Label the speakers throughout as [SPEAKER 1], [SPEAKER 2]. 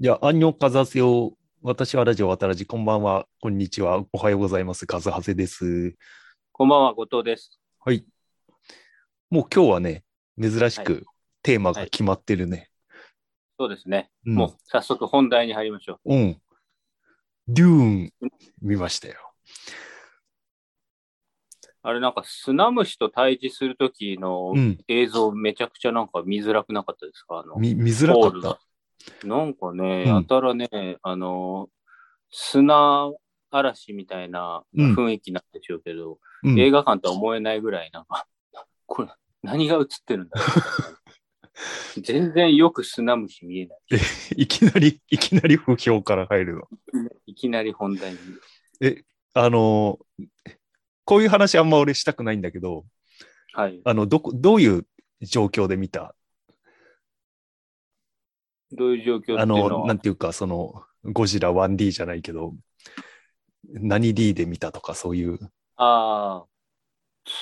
[SPEAKER 1] じゃあ、アンニョンカザセを、私はラジオ渡らじ、こんばんは、こんにちは、おはようございます、カズハセです。
[SPEAKER 2] こんばんは、後藤です。
[SPEAKER 1] はい。もう今日はね、珍し
[SPEAKER 2] は
[SPEAKER 1] くテーマが決まってるね。
[SPEAKER 2] そうですね。
[SPEAKER 1] うん
[SPEAKER 2] もう早速本題に入りましょう。
[SPEAKER 1] うん。デューン、見ましたよ。
[SPEAKER 2] あれなんかスナムシと対峙する時の
[SPEAKER 1] うん。
[SPEAKER 2] 映像めちゃくちゃなんか見づらくなかったですかあの、
[SPEAKER 1] み見づら
[SPEAKER 2] ホー
[SPEAKER 1] かっ
[SPEAKER 2] ル
[SPEAKER 1] た
[SPEAKER 2] が。なんかね、
[SPEAKER 1] うん
[SPEAKER 2] やたらね、あの、砂嵐みたいな雰囲気なんでしょうけど、
[SPEAKER 1] うん
[SPEAKER 2] 映画館とは思えないぐらいなんか、 これ何が映ってるんだろう全然よくスナムシ見えない。
[SPEAKER 1] いきなり、いきなり不評から入るの。
[SPEAKER 2] いきなり本題に。
[SPEAKER 1] あの、こういう話あんま俺したくないんだけど、
[SPEAKER 2] はい。
[SPEAKER 1] あの、どこ、どういう状況で見た
[SPEAKER 2] どういう状況っていう
[SPEAKER 1] あ
[SPEAKER 2] の
[SPEAKER 1] の、な
[SPEAKER 2] は
[SPEAKER 1] んていうか、その、ゴジラ 1D じゃないけど、何 D で見たとか、そういう。
[SPEAKER 2] ああ、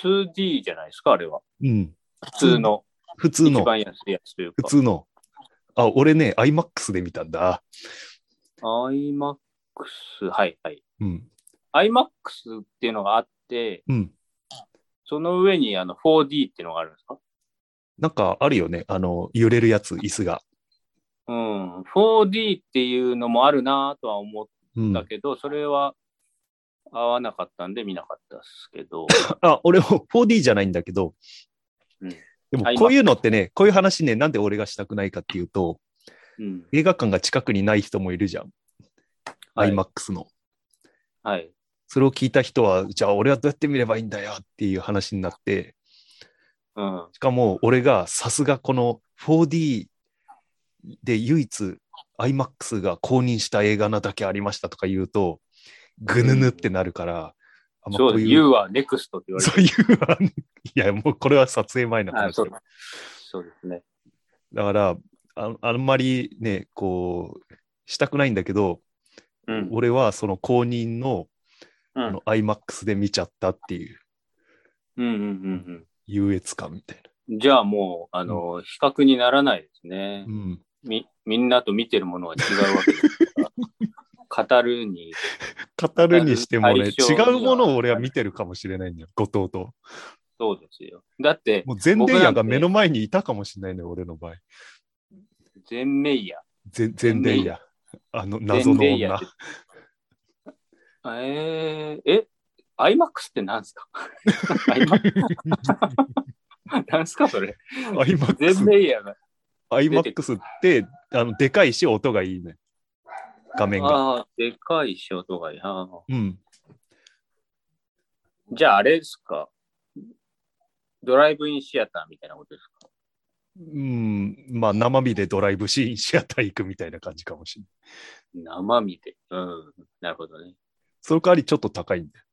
[SPEAKER 2] 2D じゃないですか、あれは。
[SPEAKER 1] うん。
[SPEAKER 2] 普通の、
[SPEAKER 1] 普通
[SPEAKER 2] 一
[SPEAKER 1] の、
[SPEAKER 2] 番安いやつという
[SPEAKER 1] 普
[SPEAKER 2] か。
[SPEAKER 1] 通の。あ、俺ね、IMAX で見たんだ。
[SPEAKER 2] IMAX、はいはい。
[SPEAKER 1] うん。
[SPEAKER 2] IMAX っていうのがあって、
[SPEAKER 1] うん。
[SPEAKER 2] その上にあの 4D っていうのがあるんですか
[SPEAKER 1] なんか、あるよね。あの、揺れるやつ、椅子が。
[SPEAKER 2] うん。4D っていうのもあるなぁとは思っ
[SPEAKER 1] うん。
[SPEAKER 2] たけど、それは合わなかったんで見なかったです けど。
[SPEAKER 1] あ、俺も 4D じゃないんだけど、
[SPEAKER 2] うん
[SPEAKER 1] でもこういうのってね、こういう話ね、なんで俺がしたくないかっていうと、
[SPEAKER 2] うん。
[SPEAKER 1] 映画館が近くにない人もいるじゃん。
[SPEAKER 2] はい
[SPEAKER 1] IMAX の。
[SPEAKER 2] はい。
[SPEAKER 1] それを聞いた人は、じゃあ俺はどうやって見ればいいんだよっていう話になって、
[SPEAKER 2] うん。
[SPEAKER 1] しかも俺がさすがこの 4D で唯一 IMAX が公認した映画なだけありましたとか言うと、ぐぬぬってなるから、あんま
[SPEAKER 2] そうです。You are next って言われて
[SPEAKER 1] そういうあの、いや、もうこれは撮影前の
[SPEAKER 2] あ
[SPEAKER 1] 話
[SPEAKER 2] そう
[SPEAKER 1] よ
[SPEAKER 2] だそうですね。
[SPEAKER 1] だからあ、あんまりね、こう、したくないんだけど、
[SPEAKER 2] うん。
[SPEAKER 1] 俺はその公認の
[SPEAKER 2] う
[SPEAKER 1] あ
[SPEAKER 2] ん
[SPEAKER 1] の IMAX で見ちゃったっていう
[SPEAKER 2] うんうんうん
[SPEAKER 1] 優越感みたい
[SPEAKER 2] うん。じゃあもう、あの、比較にならないですね。
[SPEAKER 1] な。うん。
[SPEAKER 2] み、みんなと見てるものは違うわけですから、語るに、
[SPEAKER 1] 語るにしてもね、
[SPEAKER 2] 対象
[SPEAKER 1] 違
[SPEAKER 2] には
[SPEAKER 1] うものを俺は見てるかもしれないんだよ、後藤と。
[SPEAKER 2] そうですよ。だって、
[SPEAKER 1] もう全レイヤーが目の前にいたかもしれないね、俺の場合。
[SPEAKER 2] 全メイヤ
[SPEAKER 1] 全全レイヤー。あの、
[SPEAKER 2] ー。
[SPEAKER 1] 謎
[SPEAKER 2] 全
[SPEAKER 1] の
[SPEAKER 2] レイヤ
[SPEAKER 1] 女
[SPEAKER 2] ーって。えー、え、IMAX ってなん すか ?IMAX なんすかそれ。全
[SPEAKER 1] IMAX。
[SPEAKER 2] メイヤーが。
[SPEAKER 1] IMAX って、あの、でかいし、音がいいね。画面が。
[SPEAKER 2] ああ、でかい仕事がいいな。
[SPEAKER 1] うん。
[SPEAKER 2] じゃああれですかドライブインシアターみたいなことですか
[SPEAKER 1] うん。まあ、生身でドライブシーンシアター行くみたいな感じかもしれない。
[SPEAKER 2] 生身で。うん。なるほどね。
[SPEAKER 1] その代わりちょっと高いんだよ。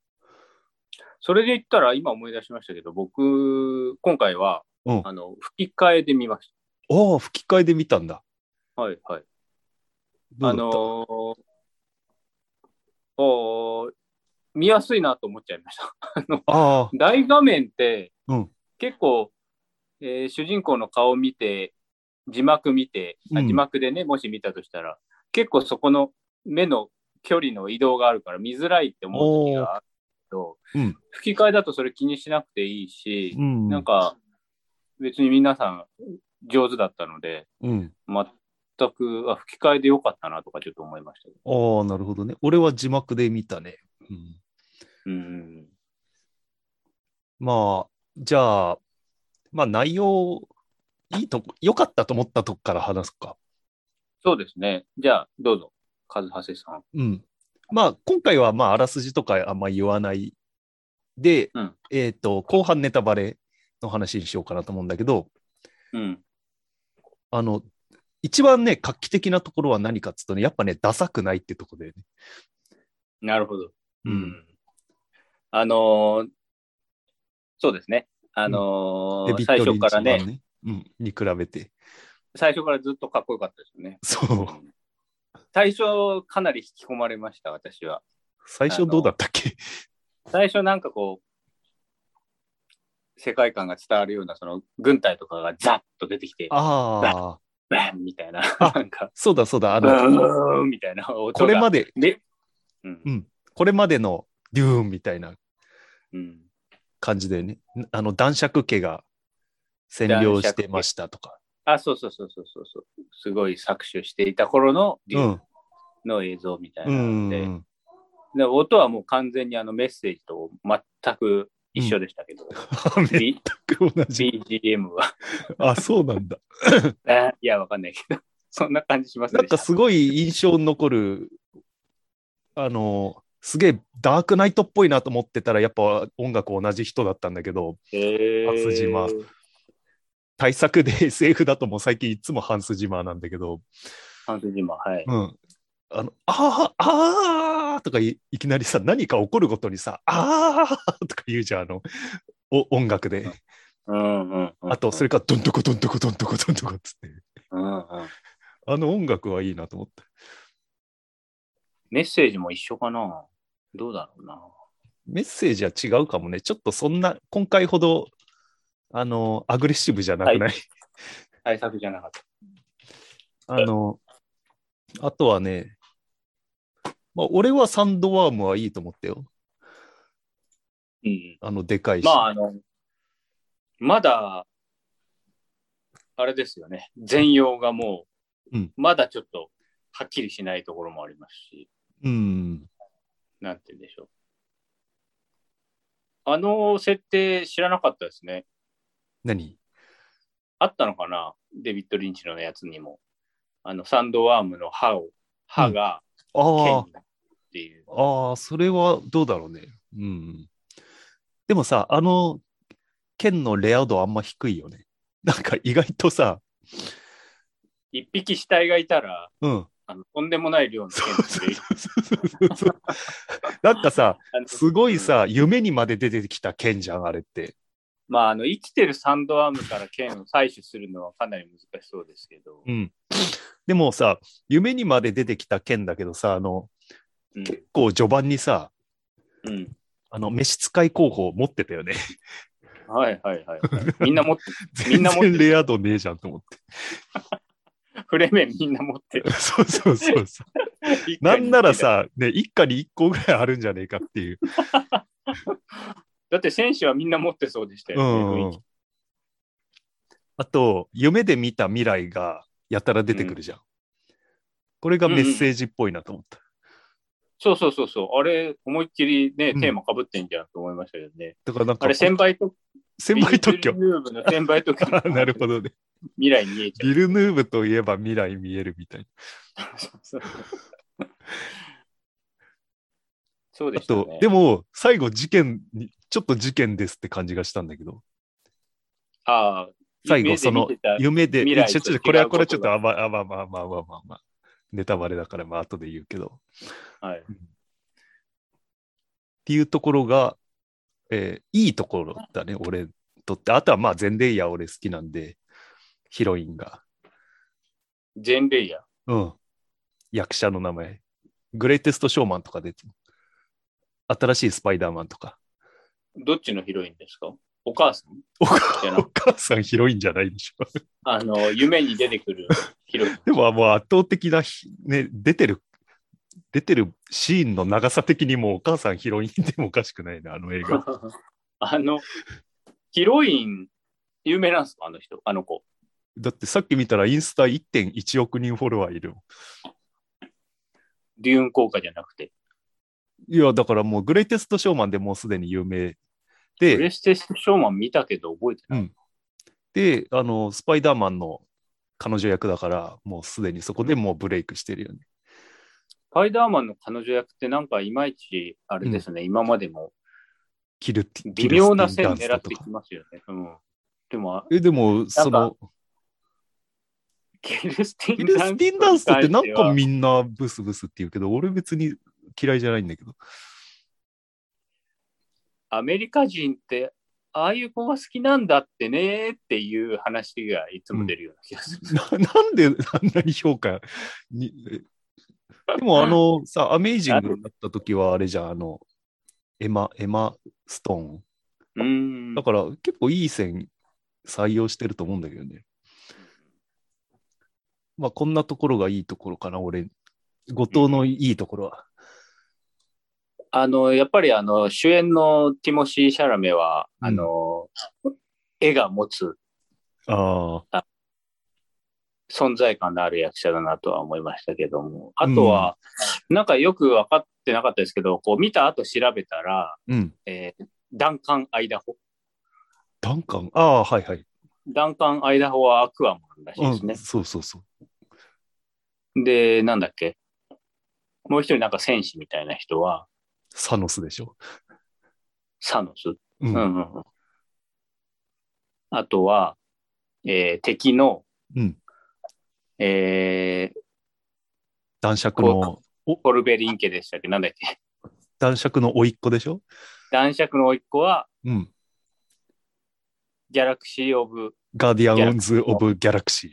[SPEAKER 2] それで言ったら、今思い出しましたけど、僕、今回は、
[SPEAKER 1] うん
[SPEAKER 2] あの、吹き替えで見まし
[SPEAKER 1] ああ、吹き替えで見たんだ。
[SPEAKER 2] た。はい、はい。
[SPEAKER 1] ど
[SPEAKER 2] あ
[SPEAKER 1] うだった
[SPEAKER 2] のーおー見やすいなと思っちゃいました。
[SPEAKER 1] ああ、
[SPEAKER 2] 大画面って、
[SPEAKER 1] うん
[SPEAKER 2] 結構、えー主人公の顔見て、字幕見て、あ
[SPEAKER 1] うん
[SPEAKER 2] 字幕でね、もし見たとしたら、結構そこの目の距離の移動があるから見づらいって思う時があるけど、
[SPEAKER 1] うん
[SPEAKER 2] 吹き替えだとそれ気にしなくていいし、
[SPEAKER 1] うん。
[SPEAKER 2] なんか、別に皆さん上手だったので、
[SPEAKER 1] うん。
[SPEAKER 2] 全く、あ、吹き替えでよかったなとかちょっと思いましたけど。
[SPEAKER 1] ああ、なるほどね。俺は字幕で見たね。うん、
[SPEAKER 2] うん。
[SPEAKER 1] まあ、じゃあ、まあ内容、いいとこ、良かったと思ったとこから話すか。
[SPEAKER 2] そうですね。じゃあ、どうぞ、カズハセさん。
[SPEAKER 1] うん。まあ、今回は、まあ、あらすじとかあんま言わないで、
[SPEAKER 2] うん
[SPEAKER 1] えっ、と、後半ネタバレの話にしようかなと思うんだけど、
[SPEAKER 2] うん。
[SPEAKER 1] あの、一番ね、画期的なところは何かっつうとね、やっぱね、ダサくないってとこだよね。
[SPEAKER 2] なるほど。
[SPEAKER 1] う
[SPEAKER 2] うんん。あのーそうですね。あのー
[SPEAKER 1] デビッ
[SPEAKER 2] 最
[SPEAKER 1] ド・リ
[SPEAKER 2] 初
[SPEAKER 1] ン
[SPEAKER 2] か
[SPEAKER 1] チ
[SPEAKER 2] ら
[SPEAKER 1] 版
[SPEAKER 2] ね、
[SPEAKER 1] ね。うん。に比べて。
[SPEAKER 2] 最初からずっとかっこよかったですよね。
[SPEAKER 1] そう。
[SPEAKER 2] 最初、かなり引き込まれました、私は。
[SPEAKER 1] 最初どうだったっけ
[SPEAKER 2] 最初なんかこう、世界観が伝わるような、その軍隊とかがザッと出てきて、
[SPEAKER 1] ああ
[SPEAKER 2] バンみたいな、
[SPEAKER 1] あ
[SPEAKER 2] なんか、
[SPEAKER 1] そうだそうだ、あ
[SPEAKER 2] ブ
[SPEAKER 1] の、
[SPEAKER 2] ーンみたいな音が。
[SPEAKER 1] これまで、
[SPEAKER 2] で、うん
[SPEAKER 1] う。ん、これまでのデューンみたいな
[SPEAKER 2] うん。
[SPEAKER 1] 感じだよね。あの、男爵家が占領してましたとか。
[SPEAKER 2] あ、そうそうそうそうそうそう。すごい搾取していた頃の
[SPEAKER 1] う
[SPEAKER 2] 竜
[SPEAKER 1] ん。
[SPEAKER 2] の映像みたいうなの
[SPEAKER 1] ん
[SPEAKER 2] で、。で音はもう完全にあのメッセージと全く一緒でしたけど、
[SPEAKER 1] 全
[SPEAKER 2] B-
[SPEAKER 1] く同じ。
[SPEAKER 2] BGM は。
[SPEAKER 1] あ、そうなんだ。
[SPEAKER 2] えいや、わかんないけど、そんな感じします
[SPEAKER 1] な
[SPEAKER 2] ね
[SPEAKER 1] ん。かすごい印象に残る、あの、すげえダークナイトっぽいなと思ってたら、やっぱ音楽同じ人だったんだけど、
[SPEAKER 2] え
[SPEAKER 1] 初島対策で SF だともう最近いつもハンスジマーなんだけど、
[SPEAKER 2] 初島、はい。
[SPEAKER 1] うん。あの、あーあーとかいいきなりさ、何か起こるごとにさ、あーとか言うじゃん、あの、お音楽で。
[SPEAKER 2] うんうんうん。
[SPEAKER 1] あと、それ
[SPEAKER 2] れ。
[SPEAKER 1] から、どんとこどんとこどんとこどんとこっつって。
[SPEAKER 2] うんうん。
[SPEAKER 1] あの音楽はいいなと思った。
[SPEAKER 2] メッセージも一緒かなどうだろうな。
[SPEAKER 1] メッセージは違うかもね。ちょっとそんな、今回ほど、あの、アグレッシブじゃなくない、
[SPEAKER 2] は対策じゃなかった。
[SPEAKER 1] あの、あとはね、まあ、俺はサンドワームはいいと思ったよ。
[SPEAKER 2] うん。
[SPEAKER 1] あの、でかいし。
[SPEAKER 2] まあ、あの、まだ、あれですよね。全容がもう、
[SPEAKER 1] うん
[SPEAKER 2] まだちょっと、はっきりしないところもありますし、
[SPEAKER 1] うん。
[SPEAKER 2] なんて言うんでしょう。あの設定知らなかったですね。
[SPEAKER 1] 何
[SPEAKER 2] あったのかなデビッド・リンチのやつにも。あの、サンドワームの歯を、歯が
[SPEAKER 1] あ
[SPEAKER 2] 剣に
[SPEAKER 1] あ。
[SPEAKER 2] なるっていう。
[SPEAKER 1] ああ、それはどうだろうね。うん。でもさ、あの、剣のレア度あんま低いよね。なんか意外とさ、
[SPEAKER 2] 一匹死体がいたら、
[SPEAKER 1] うん。
[SPEAKER 2] あのとんでもない量の剣
[SPEAKER 1] そう
[SPEAKER 2] で
[SPEAKER 1] そうそうなんかさ、
[SPEAKER 2] あの
[SPEAKER 1] すごいさ、夢にまで出てきた剣じゃん、あれって。
[SPEAKER 2] まあ、あの、生きてるサンドワームから剣を採取するのはかなり難しそうですけど、
[SPEAKER 1] うん。でもさ、夢にまで出てきた剣だけどさ、あの、
[SPEAKER 2] うん。
[SPEAKER 1] 結構序盤にさ、
[SPEAKER 2] うん。
[SPEAKER 1] あの、召使い候補持ってたよね。
[SPEAKER 2] はいはいはい。みんな持ってる、 みんな持って
[SPEAKER 1] 全然
[SPEAKER 2] る。
[SPEAKER 1] レア度ねえじゃんと思って。
[SPEAKER 2] フレメンみんな持ってる。
[SPEAKER 1] そう そうそうそう。 なんなら。さ、ね、一家に一個ぐらいあるんじゃねえかって いう。
[SPEAKER 2] だって選手はみんな持ってそうでしたよね。雰囲気
[SPEAKER 1] あと、夢で見た未来がやたら出てくるじゃん。これがメッセージっぽいなと思った。
[SPEAKER 2] そうそうそうそう。あれ、思いっきりね、
[SPEAKER 1] うん
[SPEAKER 2] テーマかぶってんじゃんと思いましたけどね。
[SPEAKER 1] だからなんか、
[SPEAKER 2] あれ、先輩特
[SPEAKER 1] 先輩特許
[SPEAKER 2] ビ。ルヌーブの先 輩特許。
[SPEAKER 1] なるほどね。
[SPEAKER 2] 未来見えちゃう。
[SPEAKER 1] ビルヌーブといえば未来見えるみたい
[SPEAKER 2] そうそうそう
[SPEAKER 1] な。
[SPEAKER 2] で
[SPEAKER 1] あ
[SPEAKER 2] した
[SPEAKER 1] と、
[SPEAKER 2] ね。
[SPEAKER 1] でも、最後事件に、ちょっと事件ですって感じがしたんだけど、
[SPEAKER 2] ああ、
[SPEAKER 1] 最後その
[SPEAKER 2] 夢で見てた
[SPEAKER 1] 夢で、
[SPEAKER 2] 未来
[SPEAKER 1] ちょちょ
[SPEAKER 2] と違う
[SPEAKER 1] これはこれはちょ
[SPEAKER 2] こ
[SPEAKER 1] っ
[SPEAKER 2] と
[SPEAKER 1] と
[SPEAKER 2] が
[SPEAKER 1] あまあまあまあまあまあまあまあ、ネタバレだからまあ後で言うけど、
[SPEAKER 2] はい。
[SPEAKER 1] っていうところが、えーいいところだね、俺にとって。あとはまあ、全レイヤー俺好きなんで、ヒロインが。
[SPEAKER 2] ジェン・レイヤー。
[SPEAKER 1] うん。役者の名前。グレイテストショーマンとかで、新しいスパイダーマンとか。
[SPEAKER 2] どっちのヒロインですかお母さん
[SPEAKER 1] お
[SPEAKER 2] い や
[SPEAKER 1] 母お母さんヒロインじゃないでしょ。
[SPEAKER 2] あの、夢に出てくるヒロイン。
[SPEAKER 1] でももう圧倒的なひ、ね、出てる、出てるシーンの長さ的にもうお母さんヒロインでもおかしくないな、あの映 画。
[SPEAKER 2] あの、ヒロイン、有名なんですかあの人、あの子。
[SPEAKER 1] だってさっき見たらインスタ1.1億人フォロワーいるもん。
[SPEAKER 2] デューン効果じゃなくて。
[SPEAKER 1] いや、だからもうグレイテストショーマンでもうすでに有名で、
[SPEAKER 2] プレステショーマン見たけど覚えてない。
[SPEAKER 1] で、あの、スパイダーマンの彼女役だから、もうすでにそこでもうブレイクしてるよね。
[SPEAKER 2] スパイダーマンの彼女役ってなんかいまいち、あれですね、今までも
[SPEAKER 1] キルティ
[SPEAKER 2] 微妙な線
[SPEAKER 1] キルスティン
[SPEAKER 2] 狙
[SPEAKER 1] ダン
[SPEAKER 2] っ
[SPEAKER 1] スだ
[SPEAKER 2] てきますよね。うん。でも、あ
[SPEAKER 1] え、でも、その、
[SPEAKER 2] キルスティ
[SPEAKER 1] キ
[SPEAKER 2] ン
[SPEAKER 1] ル
[SPEAKER 2] ダンス
[SPEAKER 1] スティンダンスってなんか
[SPEAKER 2] に関しては
[SPEAKER 1] みんなブスブスって言うけど、俺別に嫌いじゃないんだけど。
[SPEAKER 2] アメリカ人って、ああいう子が好きなんだってねっていう話がいつも出るような気がする。
[SPEAKER 1] ななんであんなに評価に。えでもあのさ、アメイジングだった時はあれじゃん、あの、エマ、エマ・ストーン。
[SPEAKER 2] うん
[SPEAKER 1] だから結構いい線採用してると思うんだけどね。まあ、こんなところがいいところかな、俺。後藤のいいところは。
[SPEAKER 2] あの、やっぱりあの、主演のティモシー・シャラメは、
[SPEAKER 1] うん
[SPEAKER 2] あの、絵が持つ
[SPEAKER 1] あ
[SPEAKER 2] 存在感のある役者だなとは思いましたけども、あとは、なんかよく分かってなかったですけど、こう見た後調べたら、
[SPEAKER 1] あ、うん。
[SPEAKER 2] えーダンカン・アイダホ。
[SPEAKER 1] ダンカン、ああ、はいはい。
[SPEAKER 2] ダンカン・アイダホはアクアマンらしいです
[SPEAKER 1] う
[SPEAKER 2] ね
[SPEAKER 1] ん、。そうそうそう。
[SPEAKER 2] で、なんだっけもう一人なんか戦士みたいな人は、
[SPEAKER 1] サノスでしょ。
[SPEAKER 2] サノス。
[SPEAKER 1] う。
[SPEAKER 2] うんうんんうんあとは、えー敵の、
[SPEAKER 1] うん。
[SPEAKER 2] えー
[SPEAKER 1] 男爵の、
[SPEAKER 2] コルベリン家でしたっけなんだっけ
[SPEAKER 1] 男爵の甥っ子でしょ。
[SPEAKER 2] 男爵の甥っ子は、
[SPEAKER 1] うん。
[SPEAKER 2] ギャラクシー・オ ブ・
[SPEAKER 1] ガーディアンズ・オブ・ギャラクシ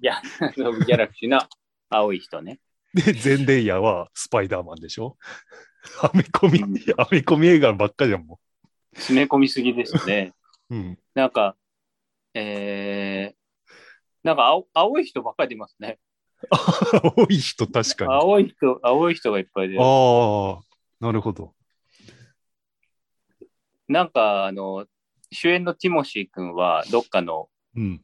[SPEAKER 2] ギャオブギャラクシーな青い人ね。
[SPEAKER 1] ー。で、ゼンデイヤはスパイダーマンでしょ。アメコミ、アメコミ映画ばっかじゃん、も
[SPEAKER 2] 詰め込みすぎですね。
[SPEAKER 1] う。うん。
[SPEAKER 2] なんか、えー、なんか青青い人ばっかり出ますね。
[SPEAKER 1] 多い人、確かに。あ
[SPEAKER 2] 青い人、青い人がいっぱい出る。
[SPEAKER 1] あ、なるほど。
[SPEAKER 2] なんか、あの、主演のティモシー君は、どっかの
[SPEAKER 1] うん。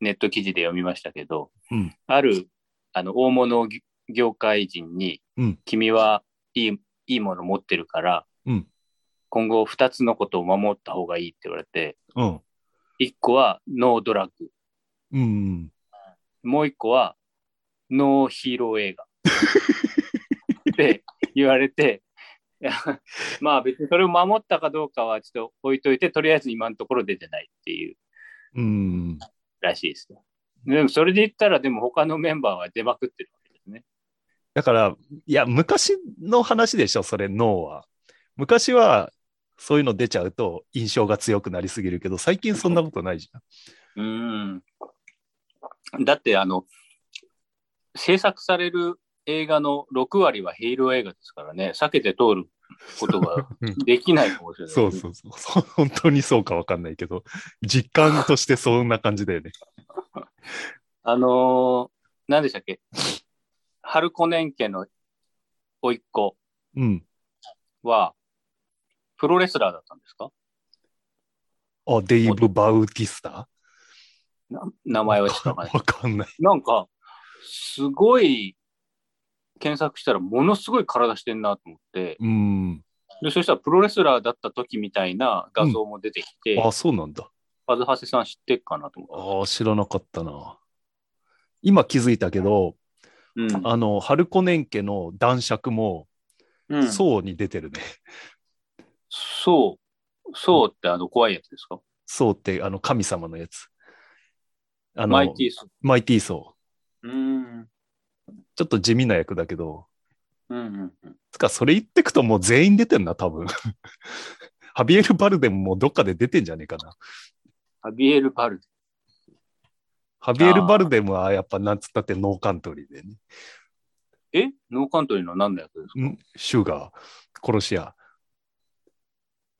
[SPEAKER 2] ネット記事で読みましたけど、
[SPEAKER 1] うん
[SPEAKER 2] ある、あの、大物ぎ業界人に、
[SPEAKER 1] うん
[SPEAKER 2] 君はいい、いいもの持ってるから、
[SPEAKER 1] うん
[SPEAKER 2] 今後2つのことを守った方がいいって言われて、
[SPEAKER 1] うん。
[SPEAKER 2] 1個はノードラッグ、
[SPEAKER 1] うん。
[SPEAKER 2] もう一個は、ノーヒーロー映画。って言われて、 いやまあ別にそれを守ったかどうかはちょっと置いといて、とりあえず今のところ出てないっていう
[SPEAKER 1] うん。
[SPEAKER 2] らしいですよ。でもそれで言ったら、でも他のメンバーは出まくってるわけですね。
[SPEAKER 1] だから、いや、昔の話でしょ、それ、脳は。昔は、そういうの出ちゃうと印象が強くなりすぎるけど、最近そんなことないじゃん。
[SPEAKER 2] うん。だって、あの、制作される映画の6割はヒーロー映画ですからね、避けて通ることができないかもしれな い。
[SPEAKER 1] そうそうそうそう。本当にそうかわかんないけど、実感としてそんな感じだよね。
[SPEAKER 2] あのー、何でしたっ け春子年家の甥っ子
[SPEAKER 1] うん。
[SPEAKER 2] は、プロレスラーだったんですか
[SPEAKER 1] あ、デイブ・バウティスタ
[SPEAKER 2] な名前はちょっとわかん
[SPEAKER 1] わ
[SPEAKER 2] ない。
[SPEAKER 1] かんない。
[SPEAKER 2] なんか、すごい、検索したらものすごい体してんなと思って、
[SPEAKER 1] うん。
[SPEAKER 2] でそしたらプロレスラーだった時みたいな画像も出てきて、
[SPEAKER 1] あ、そうなんだ。
[SPEAKER 2] カズハセさん知ってっかなと思っ
[SPEAKER 1] ああ、知らなかったな。今気づいたけど、
[SPEAKER 2] て。うん
[SPEAKER 1] あの、春子年家の男爵も、
[SPEAKER 2] うん、そう。
[SPEAKER 1] そうに出てるね。
[SPEAKER 2] そう。ってあの怖いやつですか
[SPEAKER 1] そうって、あの、神様のやつ。あの、
[SPEAKER 2] マイティース。
[SPEAKER 1] マイティーソ
[SPEAKER 2] うん。
[SPEAKER 1] ー。ちょっと地味な役だけど、
[SPEAKER 2] うんうんうん。
[SPEAKER 1] つか、それ言ってくともう全員出てんな、多分。 ハビエル・バルデンもどっかで出てんじゃねえかな。
[SPEAKER 2] アビエル・パルデ
[SPEAKER 1] ハビエル・バルデンはやっぱなんつったってノーカントリーでね。
[SPEAKER 2] えノーカントリーの何の役ですか
[SPEAKER 1] んシュガー、殺し屋。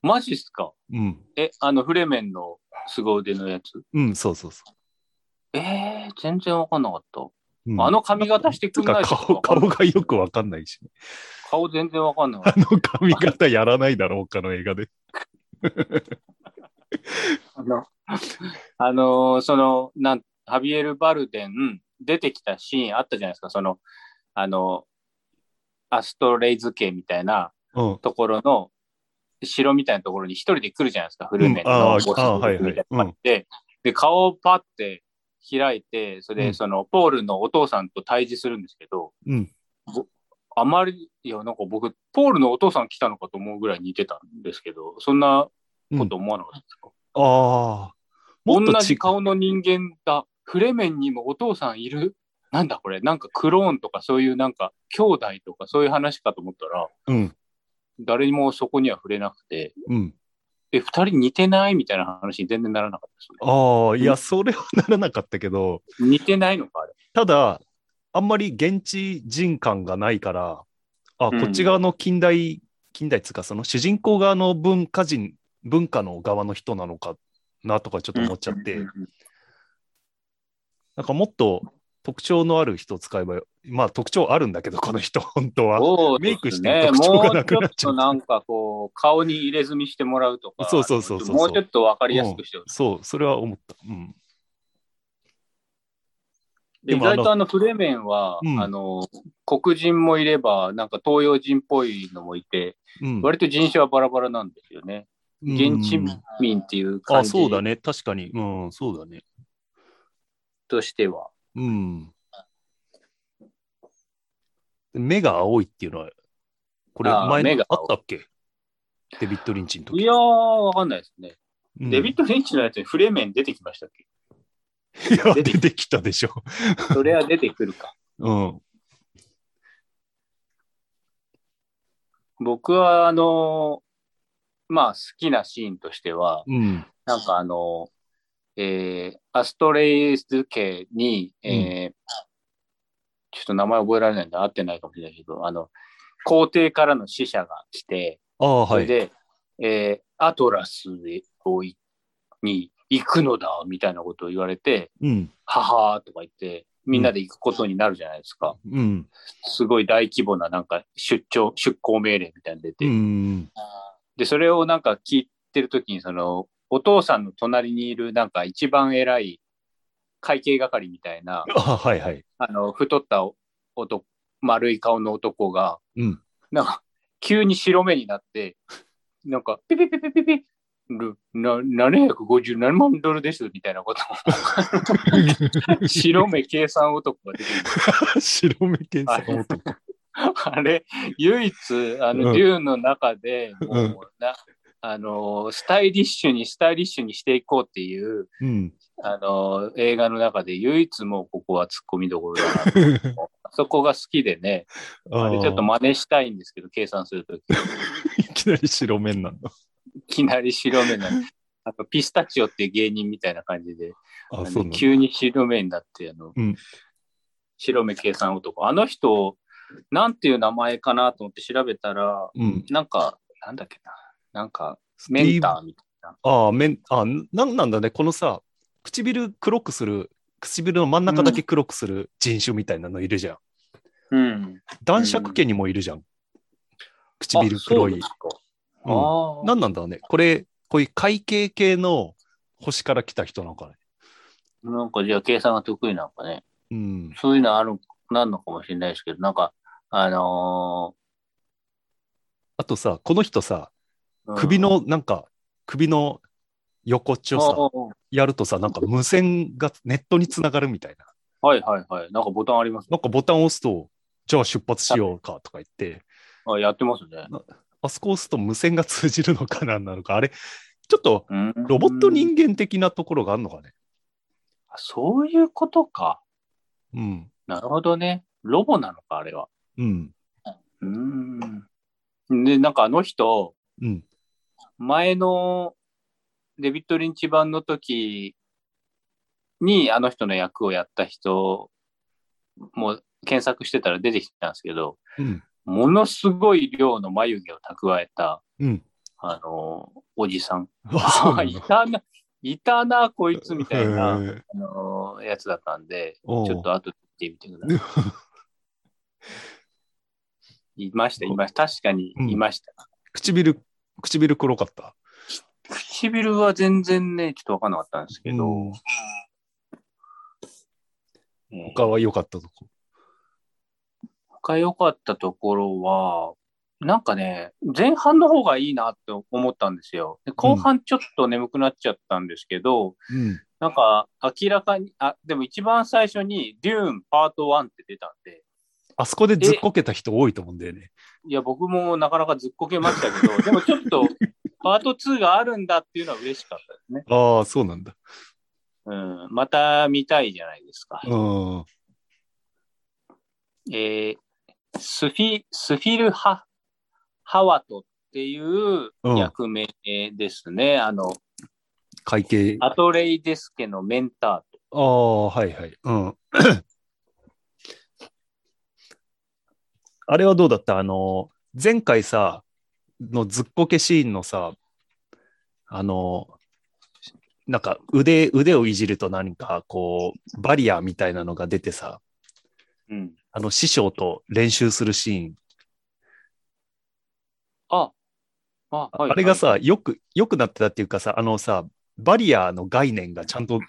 [SPEAKER 2] マジっすか
[SPEAKER 1] うん。
[SPEAKER 2] え、あの、フレメンの凄腕のやつ
[SPEAKER 1] うん、そうそうそ
[SPEAKER 2] えー、全然わかんなかった。
[SPEAKER 1] う。うん
[SPEAKER 2] あの髪型してく
[SPEAKER 1] つ
[SPEAKER 2] んな
[SPEAKER 1] か
[SPEAKER 2] い
[SPEAKER 1] 顔、顔がよくわかんないし、ね、
[SPEAKER 2] 顔全然わかんなか
[SPEAKER 1] あ
[SPEAKER 2] っ
[SPEAKER 1] の髪型やらないだろう、他の映画で。
[SPEAKER 2] た。あの、あのーその、なん、ハビエル・バルデン、出てきたシーンあったじゃないですか、その、あの、アストレイズ系みたいな
[SPEAKER 1] うん。
[SPEAKER 2] ところの、城みたいなところに一人で来るじゃないですか、フルメン
[SPEAKER 1] うんあ
[SPEAKER 2] の
[SPEAKER 1] ー
[SPEAKER 2] ボス
[SPEAKER 1] あーはいはい
[SPEAKER 2] みたいなのがあってで、顔をパッて開いて、それ
[SPEAKER 1] う
[SPEAKER 2] で
[SPEAKER 1] ん
[SPEAKER 2] その、ポールのお父さんと対峙するんですけど、
[SPEAKER 1] うん。
[SPEAKER 2] あまり、いや、なんか僕、ポールのお父さん来たのかと思うぐらい似てたんですけど、そんなこと思わなかったですか、
[SPEAKER 1] ああ。もっと
[SPEAKER 2] 同
[SPEAKER 1] 違
[SPEAKER 2] じ顔の人間だ。フレメンにもお父さんいるなんだこれなんかクローンとかそういうなんか兄弟とかそういう話かと思ったら、
[SPEAKER 1] うん。
[SPEAKER 2] 誰にもそこには触れなくて、
[SPEAKER 1] うん。
[SPEAKER 2] え、二人似てないみたいな話に全然ならなかったです
[SPEAKER 1] ああ、いうや、それはならなかったけど、
[SPEAKER 2] ね。似てないのか、あれ。
[SPEAKER 1] ただ、あんまり現地人感がないから、あ、
[SPEAKER 2] うん
[SPEAKER 1] こっち側の近代、近代っつうか、その主人公側の文化人、文化の側の人なのかなとかちょっと思っちゃって、
[SPEAKER 2] うんうんうん
[SPEAKER 1] なんかもっと特徴のある人を使えばよ、まあ特徴あるんだけど、この人、 本当は。
[SPEAKER 2] そう
[SPEAKER 1] メ
[SPEAKER 2] で
[SPEAKER 1] イクし
[SPEAKER 2] す
[SPEAKER 1] て
[SPEAKER 2] ね
[SPEAKER 1] 特徴がなくな
[SPEAKER 2] も
[SPEAKER 1] っ
[SPEAKER 2] う
[SPEAKER 1] ち
[SPEAKER 2] ち
[SPEAKER 1] ゃ
[SPEAKER 2] ょ
[SPEAKER 1] う
[SPEAKER 2] っとなんかこう、顔に入れ墨してもらうとか、
[SPEAKER 1] そうそうそうそう
[SPEAKER 2] もうちょっとわかりやすくしてほしい
[SPEAKER 1] そう、それは思った。うん。で
[SPEAKER 2] で意
[SPEAKER 1] もあの
[SPEAKER 2] 外とあのフレーメンは、
[SPEAKER 1] うん
[SPEAKER 2] あの黒人もいれば、なんか東洋人っぽいのもいて、
[SPEAKER 1] うん、
[SPEAKER 2] 割と人種はバラバラなんですよね。現地
[SPEAKER 1] うん
[SPEAKER 2] 民っていう感
[SPEAKER 1] あ、
[SPEAKER 2] じ
[SPEAKER 1] そうだね。確かに。うん、そうだね。
[SPEAKER 2] としては。
[SPEAKER 1] うん。目が青いっていうのは、これ
[SPEAKER 2] あー
[SPEAKER 1] 前
[SPEAKER 2] 目
[SPEAKER 1] に
[SPEAKER 2] が
[SPEAKER 1] あっ
[SPEAKER 2] 青い
[SPEAKER 1] たっけデビッド・リンチの時。
[SPEAKER 2] いやー、わかんないですね。
[SPEAKER 1] うん
[SPEAKER 2] デビッド・フィンチのやつにフレーメン出てきましたっけ
[SPEAKER 1] いや、
[SPEAKER 2] 出て
[SPEAKER 1] 出てきたでしょ。
[SPEAKER 2] それは出てくるか。
[SPEAKER 1] うん。
[SPEAKER 2] 僕は、あのーまあ、好きなシーンとしては、
[SPEAKER 1] うん。
[SPEAKER 2] なんかあのーえーアストレイズ家に、えーちょっと名前覚えられないんで合ってないかもしれないけど、あの、皇帝からの使者が来て、
[SPEAKER 1] ああ、
[SPEAKER 2] そ
[SPEAKER 1] は
[SPEAKER 2] れ
[SPEAKER 1] い。
[SPEAKER 2] で、えーアトラスをいに行くのだ、みたいなことを言われて、
[SPEAKER 1] うん。
[SPEAKER 2] ははーとか言って、みんなで行くことになるじゃないですか。
[SPEAKER 1] うん。
[SPEAKER 2] すごい大規模ななんか出張、出向命令みたいなの出て、
[SPEAKER 1] うん。
[SPEAKER 2] で、それをなんか聞いてるときに、その、お父さんの隣にいるなんか一番偉い会計係みたいな、
[SPEAKER 1] ああ、はい はい。
[SPEAKER 2] あの、太ったお男、丸い顔の男が、
[SPEAKER 1] うん。
[SPEAKER 2] なんか、急に白目になって、なんか、ピピピピピピ、ルな757万ドルですみたいなことを白目計算男が出てくる
[SPEAKER 1] 白目 検査
[SPEAKER 2] はいあれ、唯一、あ
[SPEAKER 1] う
[SPEAKER 2] の、
[SPEAKER 1] ん
[SPEAKER 2] 竜の中で、も
[SPEAKER 1] うん
[SPEAKER 2] うな、あの、スタイリッシュにスタイリッシュにしていこうっていう、
[SPEAKER 1] うん。
[SPEAKER 2] あの、映画の中で唯一もうここは突っ込みどころだな。 そこが好きでね、あれちょっと真似したいんですけど、計算するとき、
[SPEAKER 1] いきなり白目なんだ。
[SPEAKER 2] いきなり 白目な、あとピスタチオっていう芸人みたいな感じで、
[SPEAKER 1] あ、
[SPEAKER 2] あの
[SPEAKER 1] そうなんだ。
[SPEAKER 2] 急に白目になって、あの、
[SPEAKER 1] うん
[SPEAKER 2] 白目計算男。あの人、なんていう名前かなと思って調べたら、
[SPEAKER 1] うん。
[SPEAKER 2] なんか、なんだっけな。なんか、
[SPEAKER 1] ステ
[SPEAKER 2] メ
[SPEAKER 1] ィ
[SPEAKER 2] ン
[SPEAKER 1] ーブ
[SPEAKER 2] ターみたい
[SPEAKER 1] ああ、めん、あ、なんなんだね。このさ、唇黒くする、唇の真ん中だけ黒くする人種みたいなのいるじゃん。
[SPEAKER 2] な。うん。
[SPEAKER 1] 男爵家にもいるじゃん。唇黒い。うん
[SPEAKER 2] あそうですかあー。
[SPEAKER 1] なんなんだろうね。これ、こういう会計系の星から来た人なのかね。
[SPEAKER 2] なんか、じゃあ、計算が得意なのかね。
[SPEAKER 1] うん。
[SPEAKER 2] そういうのある、なんのかもしれないですけど、なんか、あの
[SPEAKER 1] あとさ、この人さ、
[SPEAKER 2] ーうん
[SPEAKER 1] 首、の、なんか、首の横っちをさ、
[SPEAKER 2] おー
[SPEAKER 1] やるとさ、なんか無線がネットにつながるみたいな。
[SPEAKER 2] はいはいはい。なんかボタンありますね。
[SPEAKER 1] なんかボタンを押すと、じゃあ出発しようかとか言って、
[SPEAKER 2] あ、やってますね。
[SPEAKER 1] あそこ押すと無線が通じるのかなんなのか、あれ、ちょっと
[SPEAKER 2] うん
[SPEAKER 1] ロボット人間的なところがあるのかね。
[SPEAKER 2] あそういうことか。
[SPEAKER 1] うん。
[SPEAKER 2] なるほどね。ロボなのか、あれは。
[SPEAKER 1] うん。
[SPEAKER 2] うーん。で、なんかあの人、
[SPEAKER 1] うん。
[SPEAKER 2] 前のデビッド・リンチ版の時にあの人の役をやった人も検索してたら出てきたんですけど、
[SPEAKER 1] うん。
[SPEAKER 2] ものすごい量の眉毛を蓄えた、
[SPEAKER 1] うん。
[SPEAKER 2] あの、おじさん。
[SPEAKER 1] あ、そうな
[SPEAKER 2] い
[SPEAKER 1] の
[SPEAKER 2] たな、いたな、こいつみたいな、
[SPEAKER 1] へ
[SPEAKER 2] あ
[SPEAKER 1] え
[SPEAKER 2] の、やつだったんで、ち
[SPEAKER 1] おう
[SPEAKER 2] ょっと後で見てみてくださ い。いました、いました。確かにいました。
[SPEAKER 1] 唇、唇黒かった。
[SPEAKER 2] 唇は全然ね、ちょっとわかんなかったんですけど、
[SPEAKER 1] うん
[SPEAKER 2] えー
[SPEAKER 1] 他は良かったとこ。
[SPEAKER 2] 他良かったところは、なんかね、前半の方がいいなって思ったんですよ。で後半ちょっと眠くなっちゃったんですけど、
[SPEAKER 1] うん。
[SPEAKER 2] なんか明らかに、あ、でも一番最初に、デューンパート1って出たんで、
[SPEAKER 1] あそこでずっこけた人多いと思うんだよね。
[SPEAKER 2] いや、僕もなかなかずっこけましたけど、でもちょっと、パート2があるんだっていうのは嬉しかったですね。
[SPEAKER 1] ああ、そうなんだ。
[SPEAKER 2] うん、また見たいじゃないですか。
[SPEAKER 1] うん。
[SPEAKER 2] えースフィ、スフィルハ、ハワトっていう役名ですね。あの、
[SPEAKER 1] 会計。あ
[SPEAKER 2] アトレイデスケのメンターと。
[SPEAKER 1] あー、はいはい。うん。あれはどうだったあの、前回さ、のずっこけシーンのさ、あの、なんか腕、腕をいじると何かこう、バリアみたいなのが出てさ、
[SPEAKER 2] うん。
[SPEAKER 1] あの師匠と練習するシーン、
[SPEAKER 2] あ、あ、はい
[SPEAKER 1] あれが、さ、よく、よくなってたっていうかさ、あのさ、バリアの概念がちゃんと